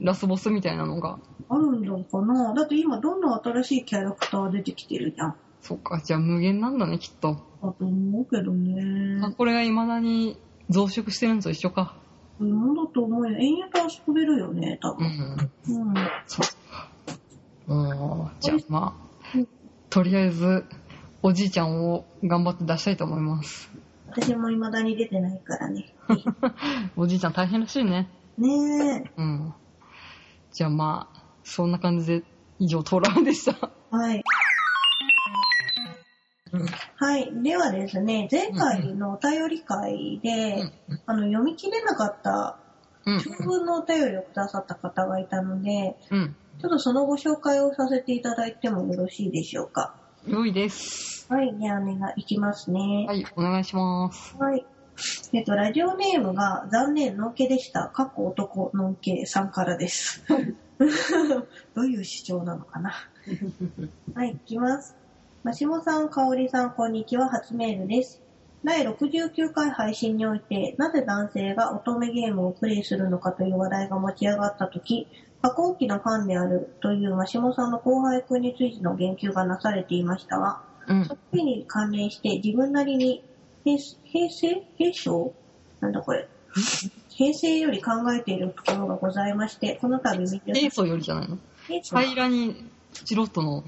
Speaker 1: ラスボスみたいなのが。
Speaker 2: あるのかなだって今どんどん新しいキャラクター出てきてるじゃん。
Speaker 1: そっか、じゃあ無限なんだね、きっと。
Speaker 2: だと思うけど
Speaker 1: あ
Speaker 2: ね。
Speaker 1: これが未だに増殖してるのと一緒か。
Speaker 2: なんだと思うよ。延々と遊べるよね、多
Speaker 1: う
Speaker 2: 分。
Speaker 1: ん。
Speaker 2: うん。
Speaker 1: そう。うん。じゃあま
Speaker 2: う
Speaker 1: あ
Speaker 2: ん、
Speaker 1: とりあえず、おじいちゃんを頑張って出したいと思います。
Speaker 2: 私も未だに出てないからね。
Speaker 1: おじいちゃん大変らしいね。
Speaker 2: ねえ。
Speaker 1: うん。じゃあまあ、そんな感じで、以上、トラウでした。
Speaker 2: はい。はい。ではですね、前回のお便り会で、あの、読み切れなかった
Speaker 1: うん。
Speaker 2: 長文のお便りをくださった方がいたので、
Speaker 1: うん。
Speaker 2: ちょっとそのご紹介をさせていただいてもよろしいでしょうか。
Speaker 1: 良いです。
Speaker 2: はい。では、お願いいきますね。
Speaker 1: はい、お願いします。
Speaker 2: はい。えっと、ラジオネームが残念のんけでした。かっこ男のんけさんからです。 どういう主張なのかな。はい、いきます。マシモさん、かおりさん、こんにちは。初メールです。第69回配信において、なぜ男性が乙女ゲームをプレイするのかという話題が持ち上がったとき、過去期のファンであるというマシモさんの後輩くんについての言及がなされていましたが、
Speaker 1: うん
Speaker 2: そ。っくりに関連して自分なりに平平成平成なんだこれ 平成より考えているところがございまして、この度見て、
Speaker 1: 平素よりじゃないの
Speaker 2: 平素
Speaker 1: 平らに、チロットの、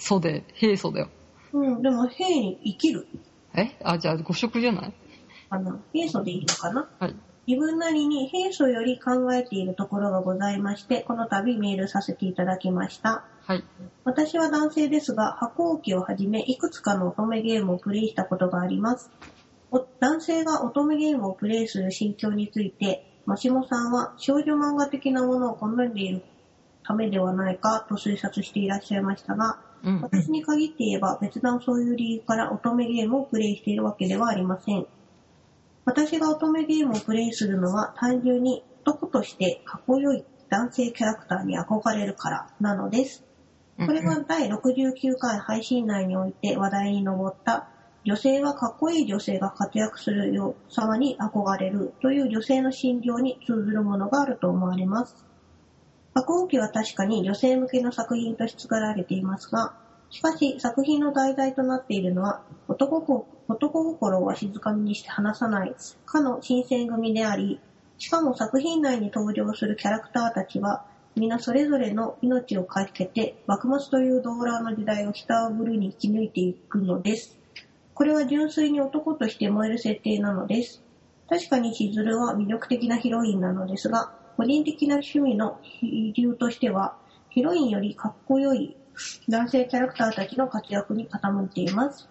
Speaker 1: 素で、平素だよ。
Speaker 2: うん、でも平に生きる
Speaker 1: えあ、じゃあ、誤色じゃない
Speaker 2: かな。平素でいいのかな
Speaker 1: はい。
Speaker 2: 自分なりに平素より考えているところがございまして、この度メールさせていただきました。
Speaker 1: はい。
Speaker 2: 私は男性ですが、箱置きをはじめ、いくつかの乙女ゲームをプレイしたことがあります。お男性が乙女ゲームをプレイする心境について、マシモさんは少女漫画的なものを好んでいるためではないかと推察していらっしゃいましたが、
Speaker 1: うん。
Speaker 2: 私に限って言えば別段そういう理由から乙女ゲームをプレイしているわけではありません。私が乙女ゲームをプレイするのは単純に男としてかっこよい男性キャラクターに憧れるからなのです。これは第69回配信内において話題に上った女性はかっこいい女性が活躍するよう様に憧れるという女性の心情に通ずるものがあると思われます。白鸚記は確かに女性向けの作品として作られていますが、しかし作品の題材となっているのは男心男心は静かみにして話さないかの新選組であり、しかも作品内に登場するキャラクターたちは皆それぞれの命をかけて幕末という動乱の時代をひたぶるに生き抜いていくのです。これは純粋に男として燃える設定なのです。確かにしずるは魅力的なヒロインなのですが、個人的な趣味の比重としては、ヒロインよりかっこよい男性キャラクターたちの活躍に傾いています。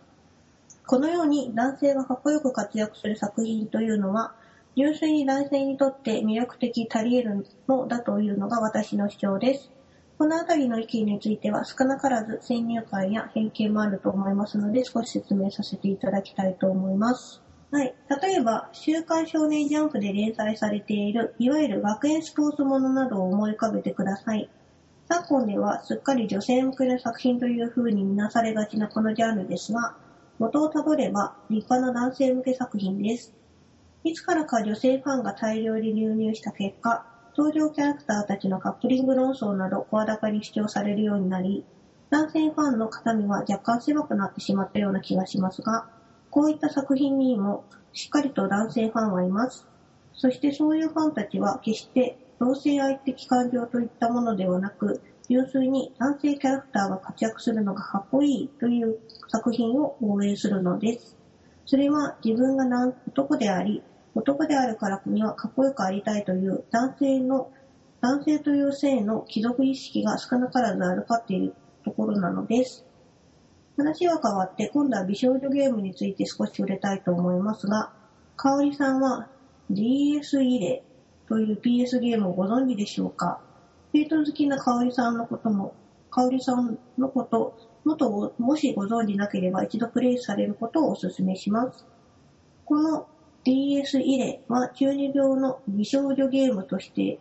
Speaker 2: このように男性がかっこよく活躍する作品というのは、純粋に男性にとって魅力的足り得るのだというのが私の主張です。このあたりの意見については少なからず先入観や偏見もあると思いますので少し説明させていただきたいと思います。はい。例えば、週刊少年ジャンプで連載されている、いわゆる学園スポーツものなどを思い浮かべてください。昨今ではすっかり女性向けの作品という風に見なされがちなこのジャンルですが、元をたどれば立派な男性向け作品です。いつからか女性ファンが大量に流入した結果、登場キャラクターたちのカップリング論争など声高に主張されるようになり、男性ファンの肩身は若干狭くなってしまったような気がしますが、こういった作品にもしっかりと男性ファンはいます。そしてそういうファンたちは決して同性愛的感情といったものではなく、純粋に男性キャラクターが活躍するのがかっこいいという作品を応援するのです。それは自分が男男であり、男であるからにはかっこよくありたいという男性の、男性という性の貴族意識が少なからずあるかっていうところなのです。話は変わって、今度は美少女ゲームについて少し触れたいと思いますが、かおりさんは DS リレーという PS ゲームをご存知でしょうかペイトン好きなかおりさんのことも、かおりさんのこと、元をもしご存知なければ一度プレイされることをお勧めします。この DS イレは中二病の美少女ゲームとして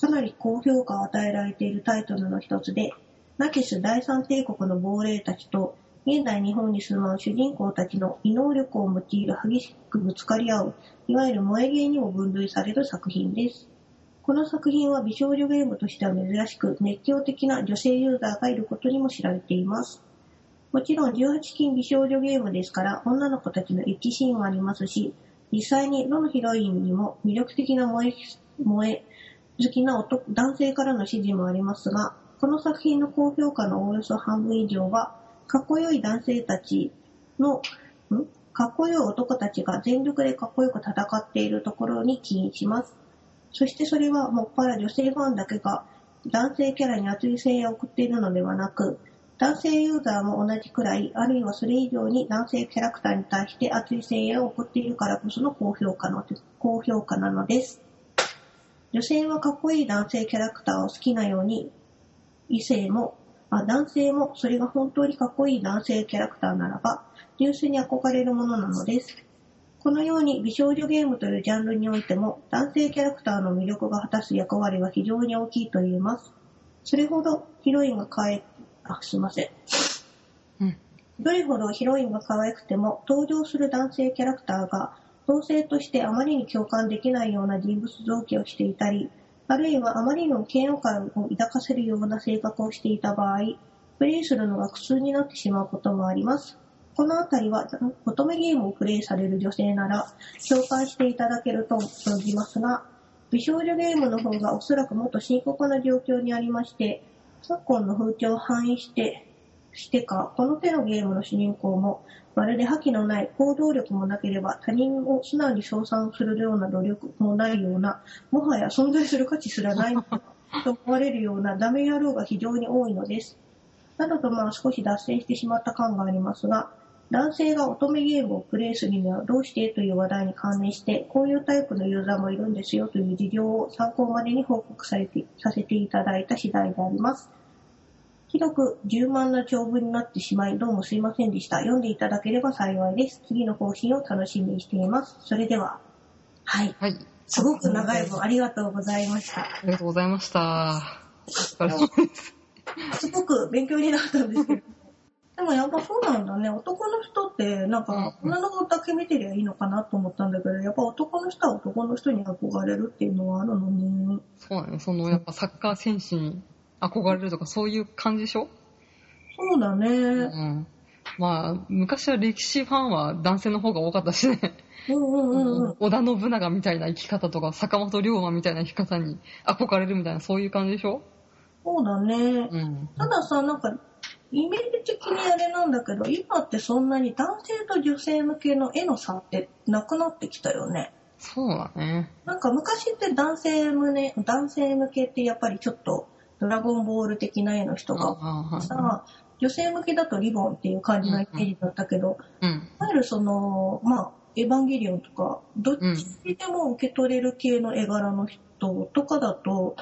Speaker 2: かなり高評価を与えられているタイトルの一つで、ナキス第三帝国の亡霊たちと、現代日本に住まう主人公たちの異能力を用いる激しくぶつかり合う、いわゆる萌えゲーにも分類される作品です。この作品は美少女ゲームとしては珍しく熱狂的な女性ユーザーがいることにも知られています。もちろん18禁美少女ゲームですから女の子たちの一致シーンはありますし、実際にどのヒロインにも魅力的な萌え萌え好きな男男性からの支持もありますが、この作品の高評価のおおよそ半分以上は、かっこよい男性たちの、んかっこよい男たちが全力でかっこよく戦っているところに起因します。そしてそれはもっぱら女性ファンだけが男性キャラに熱い声援を送っているのではなく、男性ユーザーも同じくらい、あるいはそれ以上に男性キャラクターに対して熱い声援を送っているからこその高評価の高評価なのです。女性はかっこいい男性キャラクターを好きなように、異性も、あ男性もそれが本当にかっこいい男性キャラクターならば、ニュースに憧れるものなのです。このように美少女ゲームというジャンルにおいても、男性キャラクターの魅力が果たす役割は非常に大きいと言えます。それほどヒロインが変え、あ、すいません。
Speaker 1: うん。
Speaker 2: どれほどヒロインが可愛くても、登場する男性キャラクターが、同性としてあまりに共感できないような人物造形をしていたり、あるいはあまりの嫌悪感を抱かせるような性格をしていた場合、プレイするのが苦痛になってしまうこともあります。このあたりは、乙女ゲームをプレイされる女性なら、共感していただけると存じますが、美少女ゲームの方がおそらくもっと深刻な状況にありまして、昨今の風潮を反映して、してか、この手のゲームの主人公も、まるで覇気のない行動力もなければ、他人を素直に称賛するような努力もないような、もはや存在する価値すらないと思われるようなダメ野郎が非常に多いのです。などとまあ少し脱線してしまった感がありますが、男性が乙女ゲームをプレイするにはどうしてという話題に関連して、こういうタイプのユーザーもいるんですよという事情を参考までに報告されてさせていただいた次第であります。広く10万な長文になってしまい、どうもすいませんでした。読んでいただければ幸いです。次の更新を楽しみにしています。それでは、はい。
Speaker 1: はい。
Speaker 2: すごく長い分ありがとうございました。
Speaker 1: ありがとうございました。お疲れ様です。
Speaker 2: すごく勉強になったんですけ ど。でもやっぱそうなんだね。男の人って、なんか、
Speaker 1: うん
Speaker 2: 女の子だけ見てりゃいいのかなと思ったんだけど、やっぱ男の人は男の人に憧れるっていうのはあるのね。
Speaker 1: そうだね。その、やっぱサッカー選手に憧れるとか、そういう感じでしょ
Speaker 2: そうだ
Speaker 1: う
Speaker 2: ね。
Speaker 1: ん。まあ、昔は歴史ファンは男性の方が多かったしね。
Speaker 2: うんうんうんうん。
Speaker 1: 織田信長みたいな生き方とか、坂本龍馬みたいな生き方に憧れるみたいな、そういう感じでしょ
Speaker 2: そうだね。
Speaker 1: うん。
Speaker 2: たださ、なんか、イメージ的にあれなんだけど、今ってそんなに男性と女性向けの絵の差ってなくなってきたよね。
Speaker 1: そうだね。
Speaker 2: なんか昔って男性向,、ね、男性向けってやっぱりちょっとドラゴンボール的な絵の人が
Speaker 1: ああ、
Speaker 2: さ女性向けだとリボンっていう感じのイメージだったけど、
Speaker 1: はい。うん。
Speaker 2: いわゆるその、まあ、エヴァンゲリオンとか、どっちでも受け取れる系の絵柄の人とかだと、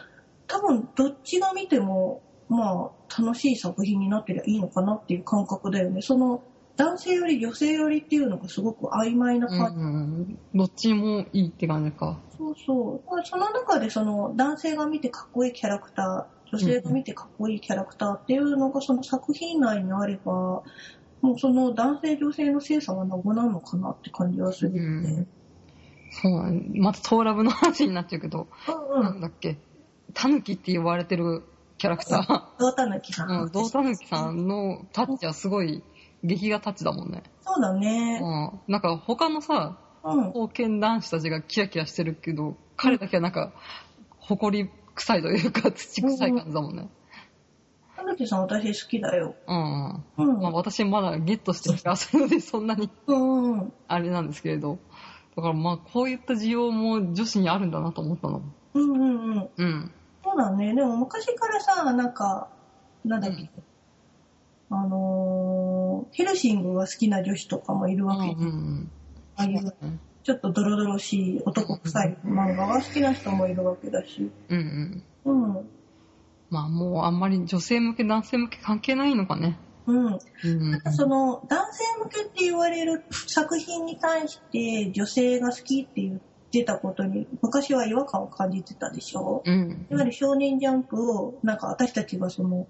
Speaker 2: 多分どっちが見ても、まあ、楽しい作品になってりゃいいのかなっていう感覚だよね。その、男性より女性よりっていうのがすごく曖昧な
Speaker 1: う
Speaker 2: 感
Speaker 1: ん
Speaker 2: じ。
Speaker 1: うんどっちもいいって感じか。
Speaker 2: そうそう。その中でその男性が見てかっこいいキャラクター、女性が見てかっこいいキャラクターっていうのがその作品内にあれば、もうその男性女性の性差はなくなるのかなって感じはする
Speaker 1: う
Speaker 2: よね
Speaker 1: ん。。そうだね。またトーラブの話になっちゃうけど、
Speaker 2: うんう
Speaker 1: なん
Speaker 2: ん。
Speaker 1: だっけ、タヌキって言われてるキャラクタ
Speaker 2: ドタヌキさん。
Speaker 1: ー、うん、ドータヌキさんのタッチはすごい、劇画タッチだもんね。
Speaker 2: そうだ
Speaker 1: う
Speaker 2: ね。
Speaker 1: ん。なんか他のさ、
Speaker 2: うん。
Speaker 1: 刀剣男子たちがキラキラしてるけど、彼だけはなんか、埃臭いというか、土臭い感じだもんね。
Speaker 2: タヌキさん私好きだよ。
Speaker 1: うん。
Speaker 2: うん。
Speaker 1: まあ私まだゲットしてきて浅いので、 そんなに
Speaker 2: うんうん。
Speaker 1: あれなんですけれど。だからまあ、こういった需要も女子にあるんだなと思ったの。
Speaker 2: うんうんうん。
Speaker 1: うん。
Speaker 2: そうだね。でも昔からさ、なんか、なんだっけ。あのヘルシングが好きな女子とかもいるわけ。
Speaker 1: うん
Speaker 2: ああいう
Speaker 1: うん
Speaker 2: ちょっとドロドロしい男臭い漫画が好きな人もいるわけだし。
Speaker 1: うんうん。
Speaker 2: うん。
Speaker 1: まあもうあんまり女性向け男性向け関係ないのかね。
Speaker 2: うん。
Speaker 1: うん。
Speaker 2: その男性向けって言われる作品に対して女性が好きって言ってたことに昔は違和感を感じてたでしょ
Speaker 1: うん
Speaker 2: い。わゆる少年ジャンプをなんか私たちがその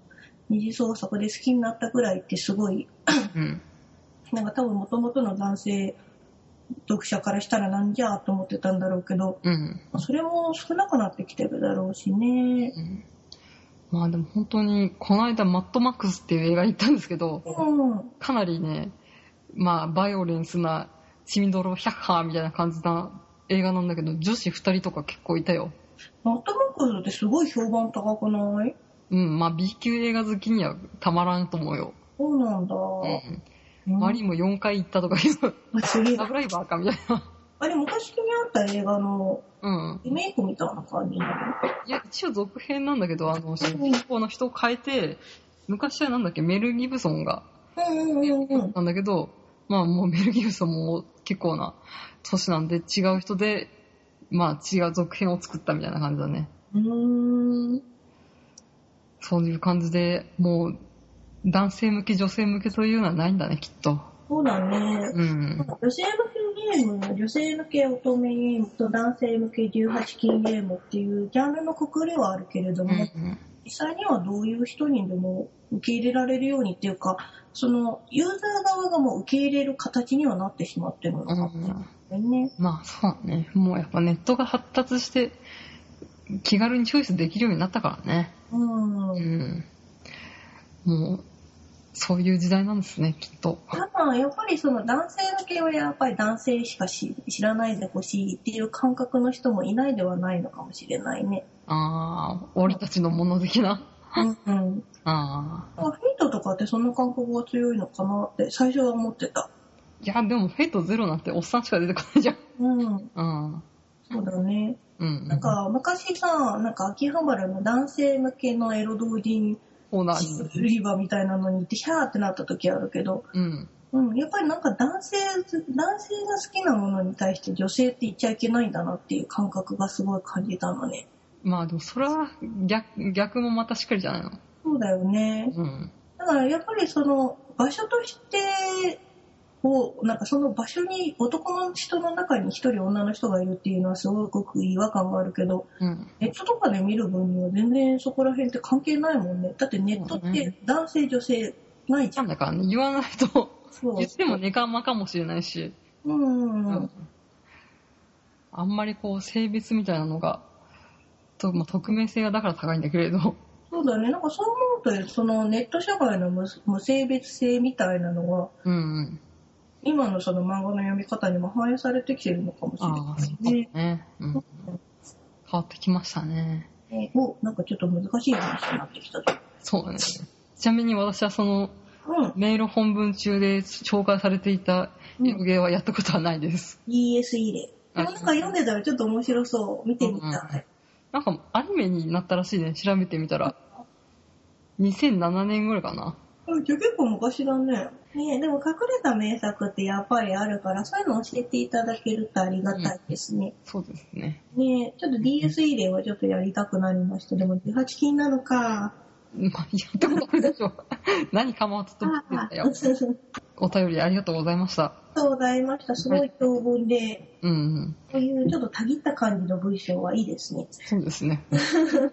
Speaker 2: 二次創作で好きになったぐらいってすごい
Speaker 1: うん。
Speaker 2: なんか多分元々の男性読者からしたらなんじゃと思ってたんだろうけど
Speaker 1: うん。
Speaker 2: それも少なくなってきてるだろうしね。
Speaker 1: うんまあでも本当に、この間マットマックスっていう映画に行ったんですけど、
Speaker 2: うん。
Speaker 1: かなりね、まあバイオレンスな、血みどろ百ハーみたいな感じな映画なんだけど、女子二人とか結構いたよ。
Speaker 2: マットマックスってすごい評判高くない
Speaker 1: うん、まあ B 級映画好きにはたまらんと思うよ。
Speaker 2: そうなんだ。
Speaker 1: うん。
Speaker 2: うん
Speaker 1: マリも4回行ったとか言う
Speaker 2: すげえ
Speaker 1: ラブライバーかみたいな。
Speaker 2: あれ、昔にあった映画の
Speaker 1: うん。
Speaker 2: リメイクみたいな感じなの
Speaker 1: いや、一応続編なんだけど、あの、主人公の人を変えて、昔はなんだっけ、メル・ギブソンが、
Speaker 2: うんうんうんうん。
Speaker 1: なんだけど、まあもうメル・ギブソンも結構な年なんで違う人で、まあ違う続編を作ったみたいな感じだね。
Speaker 2: うーん。
Speaker 1: そういう感じで、もう、男性向け、女性向けというのはないんだね、きっと。
Speaker 2: そうだね。
Speaker 1: うん。
Speaker 2: 女性向けゲーム、女性向け乙女ゲームと男性向け18禁ゲームっていうジャンルのくくりはあるけれど
Speaker 1: う
Speaker 2: も、
Speaker 1: ん。
Speaker 2: 実際にはどういう人にでも受け入れられるようにっていうか、そのユーザー側がもう受け入れる形にはなってしまってるの
Speaker 1: う
Speaker 2: かもしれ
Speaker 1: ん。
Speaker 2: ないね。
Speaker 1: まあそうね。もうやっぱネットが発達して、気軽にチョイスできるようになったからね。
Speaker 2: うん。
Speaker 1: うん。もう、そういう時代なんですね、きっと。
Speaker 2: ただ、やっぱりその男性向けはやっぱり男性しかし知らないでほしいっていう感覚の人もいないではないのかもしれないね。
Speaker 1: ああ、俺たちのもの的な。
Speaker 2: うんうん。
Speaker 1: ああ。
Speaker 2: あヘイトとかってそんな感覚が強いのかなって最初は思ってた。
Speaker 1: いや、でも、フェイトゼロなんておっさんしか出てこないじゃん。
Speaker 2: うん。
Speaker 1: うん。
Speaker 2: そうだね。
Speaker 1: うん。
Speaker 2: なん、か昔さ、なんか秋葉原の男性向けのエロ同人
Speaker 1: オーナーに。
Speaker 2: 売り場みたいなのに行ってヒャーってなった時あるけど、
Speaker 1: うん。
Speaker 2: うん、やっぱりなんか男性、男性が好きなものに対して女性って言っちゃいけないんだなっていう感覚がすごい感じたのね。
Speaker 1: まあでも、それは逆、逆もまたしっかりじゃないの。
Speaker 2: そうだよね。
Speaker 1: うん。
Speaker 2: だからやっぱりその場所としてを、なんかその場所に男の人の中に一人女の人がいるっていうのはすごく違和感があるけど、
Speaker 1: うん。
Speaker 2: ネットとかで見る分には全然そこら辺って関係ないもんね。だってネット
Speaker 1: そう
Speaker 2: っ
Speaker 1: ね
Speaker 2: て男性女性ないじ
Speaker 1: な
Speaker 2: ゃん。
Speaker 1: んだか、ね、言わないと、
Speaker 2: そう
Speaker 1: 言ってもネカマかもしれないし。
Speaker 2: うんうんう
Speaker 1: うんん。あんまりこう、性別みたいなのが、と、まあ、匿名性がだから高いんだけれど。
Speaker 2: そうだね。なんかそう思うと、そのネット社会の無無性別性みたいなのは、
Speaker 1: うんうん。
Speaker 2: 今のその漫画の読み方にも反映されてきてるのかもしれ
Speaker 1: ああ、
Speaker 2: な
Speaker 1: そう
Speaker 2: い
Speaker 1: だ
Speaker 2: ね。
Speaker 1: ね。うん。変わってきましたね。
Speaker 2: ねお、なんかちょっと難しい話になってきたぞ。
Speaker 1: そうだね。ちなみに私はその、
Speaker 2: うん。
Speaker 1: メール本文中で紹介されていたエロゲーはやったことはないです。
Speaker 2: ES 入れ。でもなんか読んでたらちょっと面白そう。見てみたい。
Speaker 1: なんかアニメになったらしいね、調べてみたら。2007年ぐらいかな。
Speaker 2: うん、じゃあ結構昔だね。ねえでも隠れた名作ってやっぱりあるから、そういうの教えていただけるとありがたいですね。
Speaker 1: そうですね。
Speaker 2: ねえちょっと DS 入れはちょっとやりたくなりました。でも18禁なのか。
Speaker 1: まあ、やったことあるでしょ。 何かまつと思
Speaker 2: あ
Speaker 1: って
Speaker 2: あ。
Speaker 1: たよ、
Speaker 2: そう
Speaker 1: お便りありがとうございました。
Speaker 2: ございました。すごい長文で、
Speaker 1: うんうん。
Speaker 2: こういうちょっとたぎった感じの文章はいいですね。
Speaker 1: そうです ね。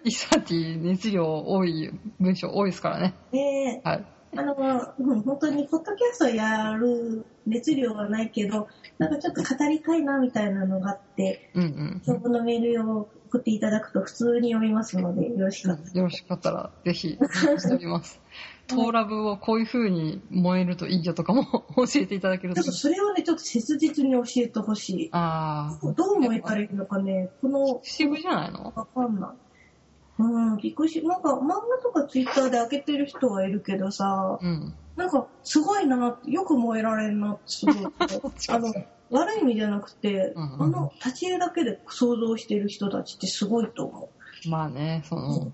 Speaker 1: イサティ熱量多い文章多いですからね。
Speaker 2: ねえ
Speaker 1: はい。
Speaker 2: あの、うん本当にポッドキャストやる熱量はないけど、なんかちょっと語りたいなみたいなのがあって、
Speaker 1: うんう
Speaker 2: 長文のメールを送っていただくと普通に読みますので、よろしく。
Speaker 1: ん。よろしかったら、ぜひ、お願いしております。トーラブをこういう風に燃えるといいよとかも 教えていただける
Speaker 2: ちょ
Speaker 1: と
Speaker 2: っ。とそれをね、ちょっと切実に教えてほしい。
Speaker 1: ああ、
Speaker 2: どう思えたらいいのかね、この、
Speaker 1: 不思議じゃないの
Speaker 2: わかんない。うん、びっくりし、なんか漫画とかツイッターで開けてる人はいるけどさ、
Speaker 1: うん。
Speaker 2: なんかすごいな、よく燃えられるなってすごい思うあの、悪い意味じゃなくて、
Speaker 1: うんうん
Speaker 2: あの、立ち絵だけで想像してる人たちってすごいと思う。
Speaker 1: まあね、その、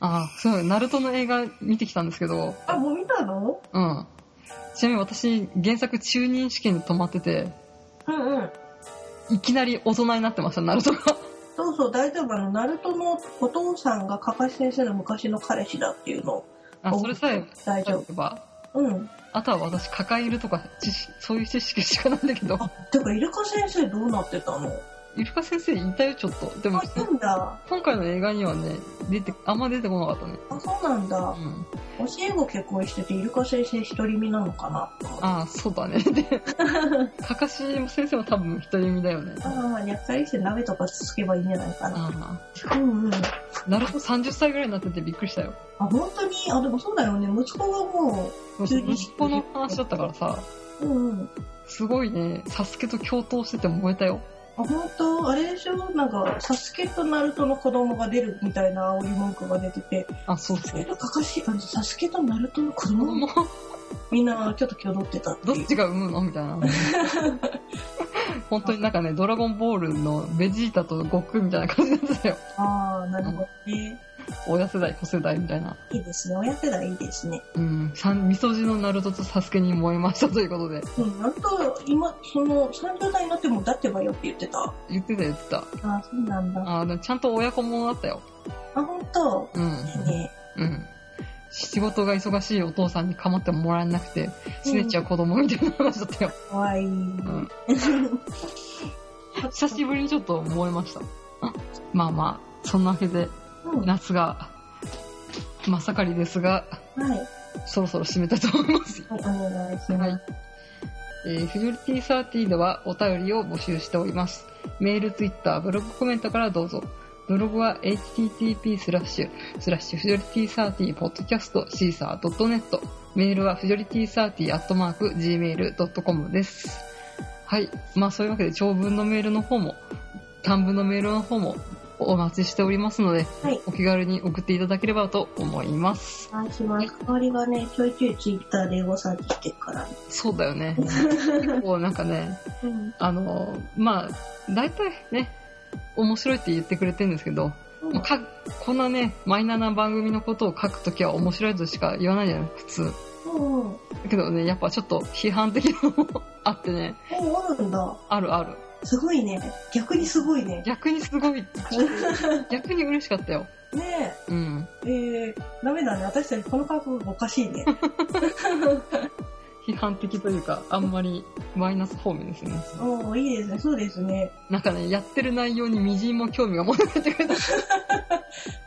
Speaker 1: ああ、そう、ナルトの映画見てきたんですけど、
Speaker 2: あ、もう見たの
Speaker 1: うん。ちなみに私、原作中任試験で止まってて、
Speaker 2: うんうん。
Speaker 1: いきなり大人になってました、ナルトが。
Speaker 2: そうそう、大丈夫。あの、ナルトのお父さんがかかし先生の昔の彼氏だっていうの。
Speaker 1: あ、それさえ、
Speaker 2: 大
Speaker 1: 大
Speaker 2: 丈
Speaker 1: 丈夫ば。
Speaker 2: 夫。うん。
Speaker 1: あとは私、抱えるとか、知識そういう知識しかないんだけど、
Speaker 2: てか、イルカ先生どうなってたの
Speaker 1: イルカ先生いたよ、ちょっと。でも
Speaker 2: あ、、いるんだ。
Speaker 1: 今回の映画にはね、出て、あんま出てこなかったね。
Speaker 2: あ、そうなんだ。
Speaker 1: う
Speaker 2: 教
Speaker 1: ん。
Speaker 2: え子結婚してて、イルカ先生独り身なのかな
Speaker 1: ああ、そうだね。で、かかし先生も多分独り身だよね。
Speaker 2: ああ、やっかりして鍋とかつつけばいいんじゃないかな。
Speaker 1: ああ、
Speaker 2: うんうん。
Speaker 1: なるほど、30歳ぐらいになっててびっくりしたよ。
Speaker 2: あ、本当に、あ、でもそうだよね。息子がも急に
Speaker 1: 息子の話だったからさ、
Speaker 2: う、うんうん。
Speaker 1: すごいね、サスケと共闘してて燃えたよ。
Speaker 2: あ、本当あれでしょなんか、サスケとナルトの子供が出るみたいな煽り文句が出てて、
Speaker 1: あ、そう
Speaker 2: サス
Speaker 1: そ
Speaker 2: ケ
Speaker 1: う。
Speaker 2: とカカシ、あの、サスケとナルトの子
Speaker 1: 子
Speaker 2: 供
Speaker 1: 供
Speaker 2: みんなちょっと気を取ってたって
Speaker 1: どっ
Speaker 2: いう。
Speaker 1: ちが産むのみたい な。本当になんかね、ドラゴンボールのベジータと悟空みたいな感じだったよ。
Speaker 2: ああ、なるほどね。
Speaker 1: 親世代、子世代みたいな。
Speaker 2: いいですね。親世代いいですね。
Speaker 1: うん、三、みそじのナルトとサスケに燃えましたということで、
Speaker 2: うん、ナルト、今、その、30代になってもだってばよって言ってた。あ
Speaker 1: 言ってた言ってた。
Speaker 2: あ、そうなんだ。
Speaker 1: あーでもちゃんと親子ものだったよ。
Speaker 2: あ、本当
Speaker 1: うん。
Speaker 2: いいね。
Speaker 1: うん。仕事が忙しいお父さんに構ってもらえなくて、すねちゃう子供みたいな話だったよ。
Speaker 2: かわいい。
Speaker 1: ん久しぶりにちょっと思いました。あまあまあ、そんなわけ
Speaker 2: う
Speaker 1: で、
Speaker 2: んは
Speaker 1: 夏が、まさかりですが、
Speaker 2: い。
Speaker 1: そろそろ締めたいと思います。
Speaker 2: はい、お願いします。
Speaker 1: はい。えー、フジョリティサーティではお便りを募集しております。メール、ツイッター、ブログコメントからどうぞ。ブログは http スラッシュ、スラッシュフジョリティサーティポッドキャストシーサー .net。メールはフジョリティサーティアットマーク gmail.com です。はい。まあそういうわけで長文のメールの方も、短文のメールの方もお待ちしておりますので、
Speaker 2: はい
Speaker 1: お気軽に送っていただければと思います。
Speaker 2: お願いします。代わりがね、ちょいちょいツイッターでごサーチしてるから。
Speaker 1: そうだよ ね。結構なんかね、
Speaker 2: うん。
Speaker 1: あの、まあ、大体ね、面白いって言ってくれてるんですけど、まあかこんなね、マイナーな番組のことを書くときは面白いとしか言わないじゃない、普通。
Speaker 2: うん。うん。
Speaker 1: だけどね、やっぱちょっと批判的なのもあってね、
Speaker 2: お、あるんだ。
Speaker 1: あるある。
Speaker 2: すごいね。逆にすごいね。
Speaker 1: 逆にすごい、逆に嬉しかったよ。
Speaker 2: ね
Speaker 1: うん。
Speaker 2: え。えー、ダメだね。私たちこの感覚がおかしい ね。
Speaker 1: 批判的というか、あんまりマイナス方面ですね。
Speaker 2: おーいいですね。そうですね。
Speaker 1: なんかね、やってる内容にみじんも興味が持てないってくれた。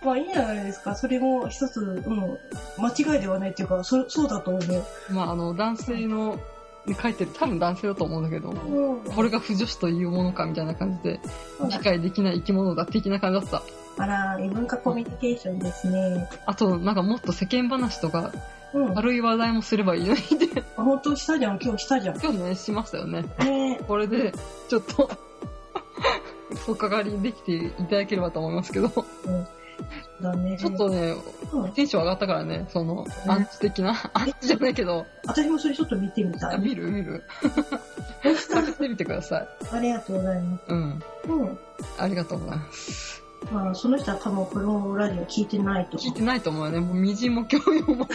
Speaker 2: まあいいんじゃないですか。それも一つ、うん、間違いではないっていうか、そそうだと思う。
Speaker 1: まあ、あの、男性の、に書いてる、多分男性だと思うんだけど、
Speaker 2: うん
Speaker 1: これが不女子というものかみたいな感じで、理解できない生き物だ的な感じだった。
Speaker 2: あら、異文化コミュニケーションですね。
Speaker 1: あと、なんかもっと世間話とか、
Speaker 2: うん。あ
Speaker 1: 軽い話題もすればいいのにって、
Speaker 2: 本当したじゃん。今日したじゃん。
Speaker 1: 今日ね、しましたよね。
Speaker 2: ね
Speaker 1: これで、ちょっと、おかかりできていただければと思いますけど、ち
Speaker 2: え。だね。
Speaker 1: ょっとね、
Speaker 2: うん。
Speaker 1: テンション上がったからね、その、
Speaker 2: うん
Speaker 1: アンチ的 な、アンチじゃないけど、
Speaker 2: 私もそれちょっと見てみたい。
Speaker 1: 見る見る。 探してみてください。
Speaker 2: ありがとうございます。
Speaker 1: うん。
Speaker 2: うん。
Speaker 1: ありがとうございます。
Speaker 2: まあ、その人は多分このラジオ聞いてないと
Speaker 1: 聞い
Speaker 2: 思
Speaker 1: てないと思うよね。もう、みじんも興味も持って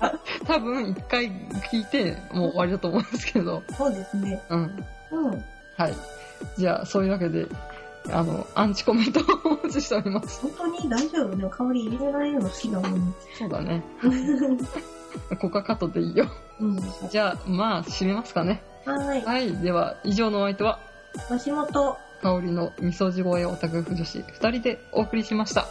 Speaker 1: ない。多分、一回聞いて、もう終わりだと思うんですけど。
Speaker 2: う。そうですね。
Speaker 1: うん。
Speaker 2: うん。
Speaker 1: はい。じゃあ、そういうわけで、あの、アンチコメントをお待ちしております。
Speaker 2: 本当に大丈夫ね。香り入れないの好きだもん。
Speaker 1: そうだね。ここはカットでいいよ。
Speaker 2: うん。
Speaker 1: じゃあ、まあ、締めますかね。
Speaker 2: はい。
Speaker 1: はい。では、以上のお相手は、
Speaker 2: 橋本。
Speaker 1: 香りのみそじ声オタク婦女子二人でお送りしました。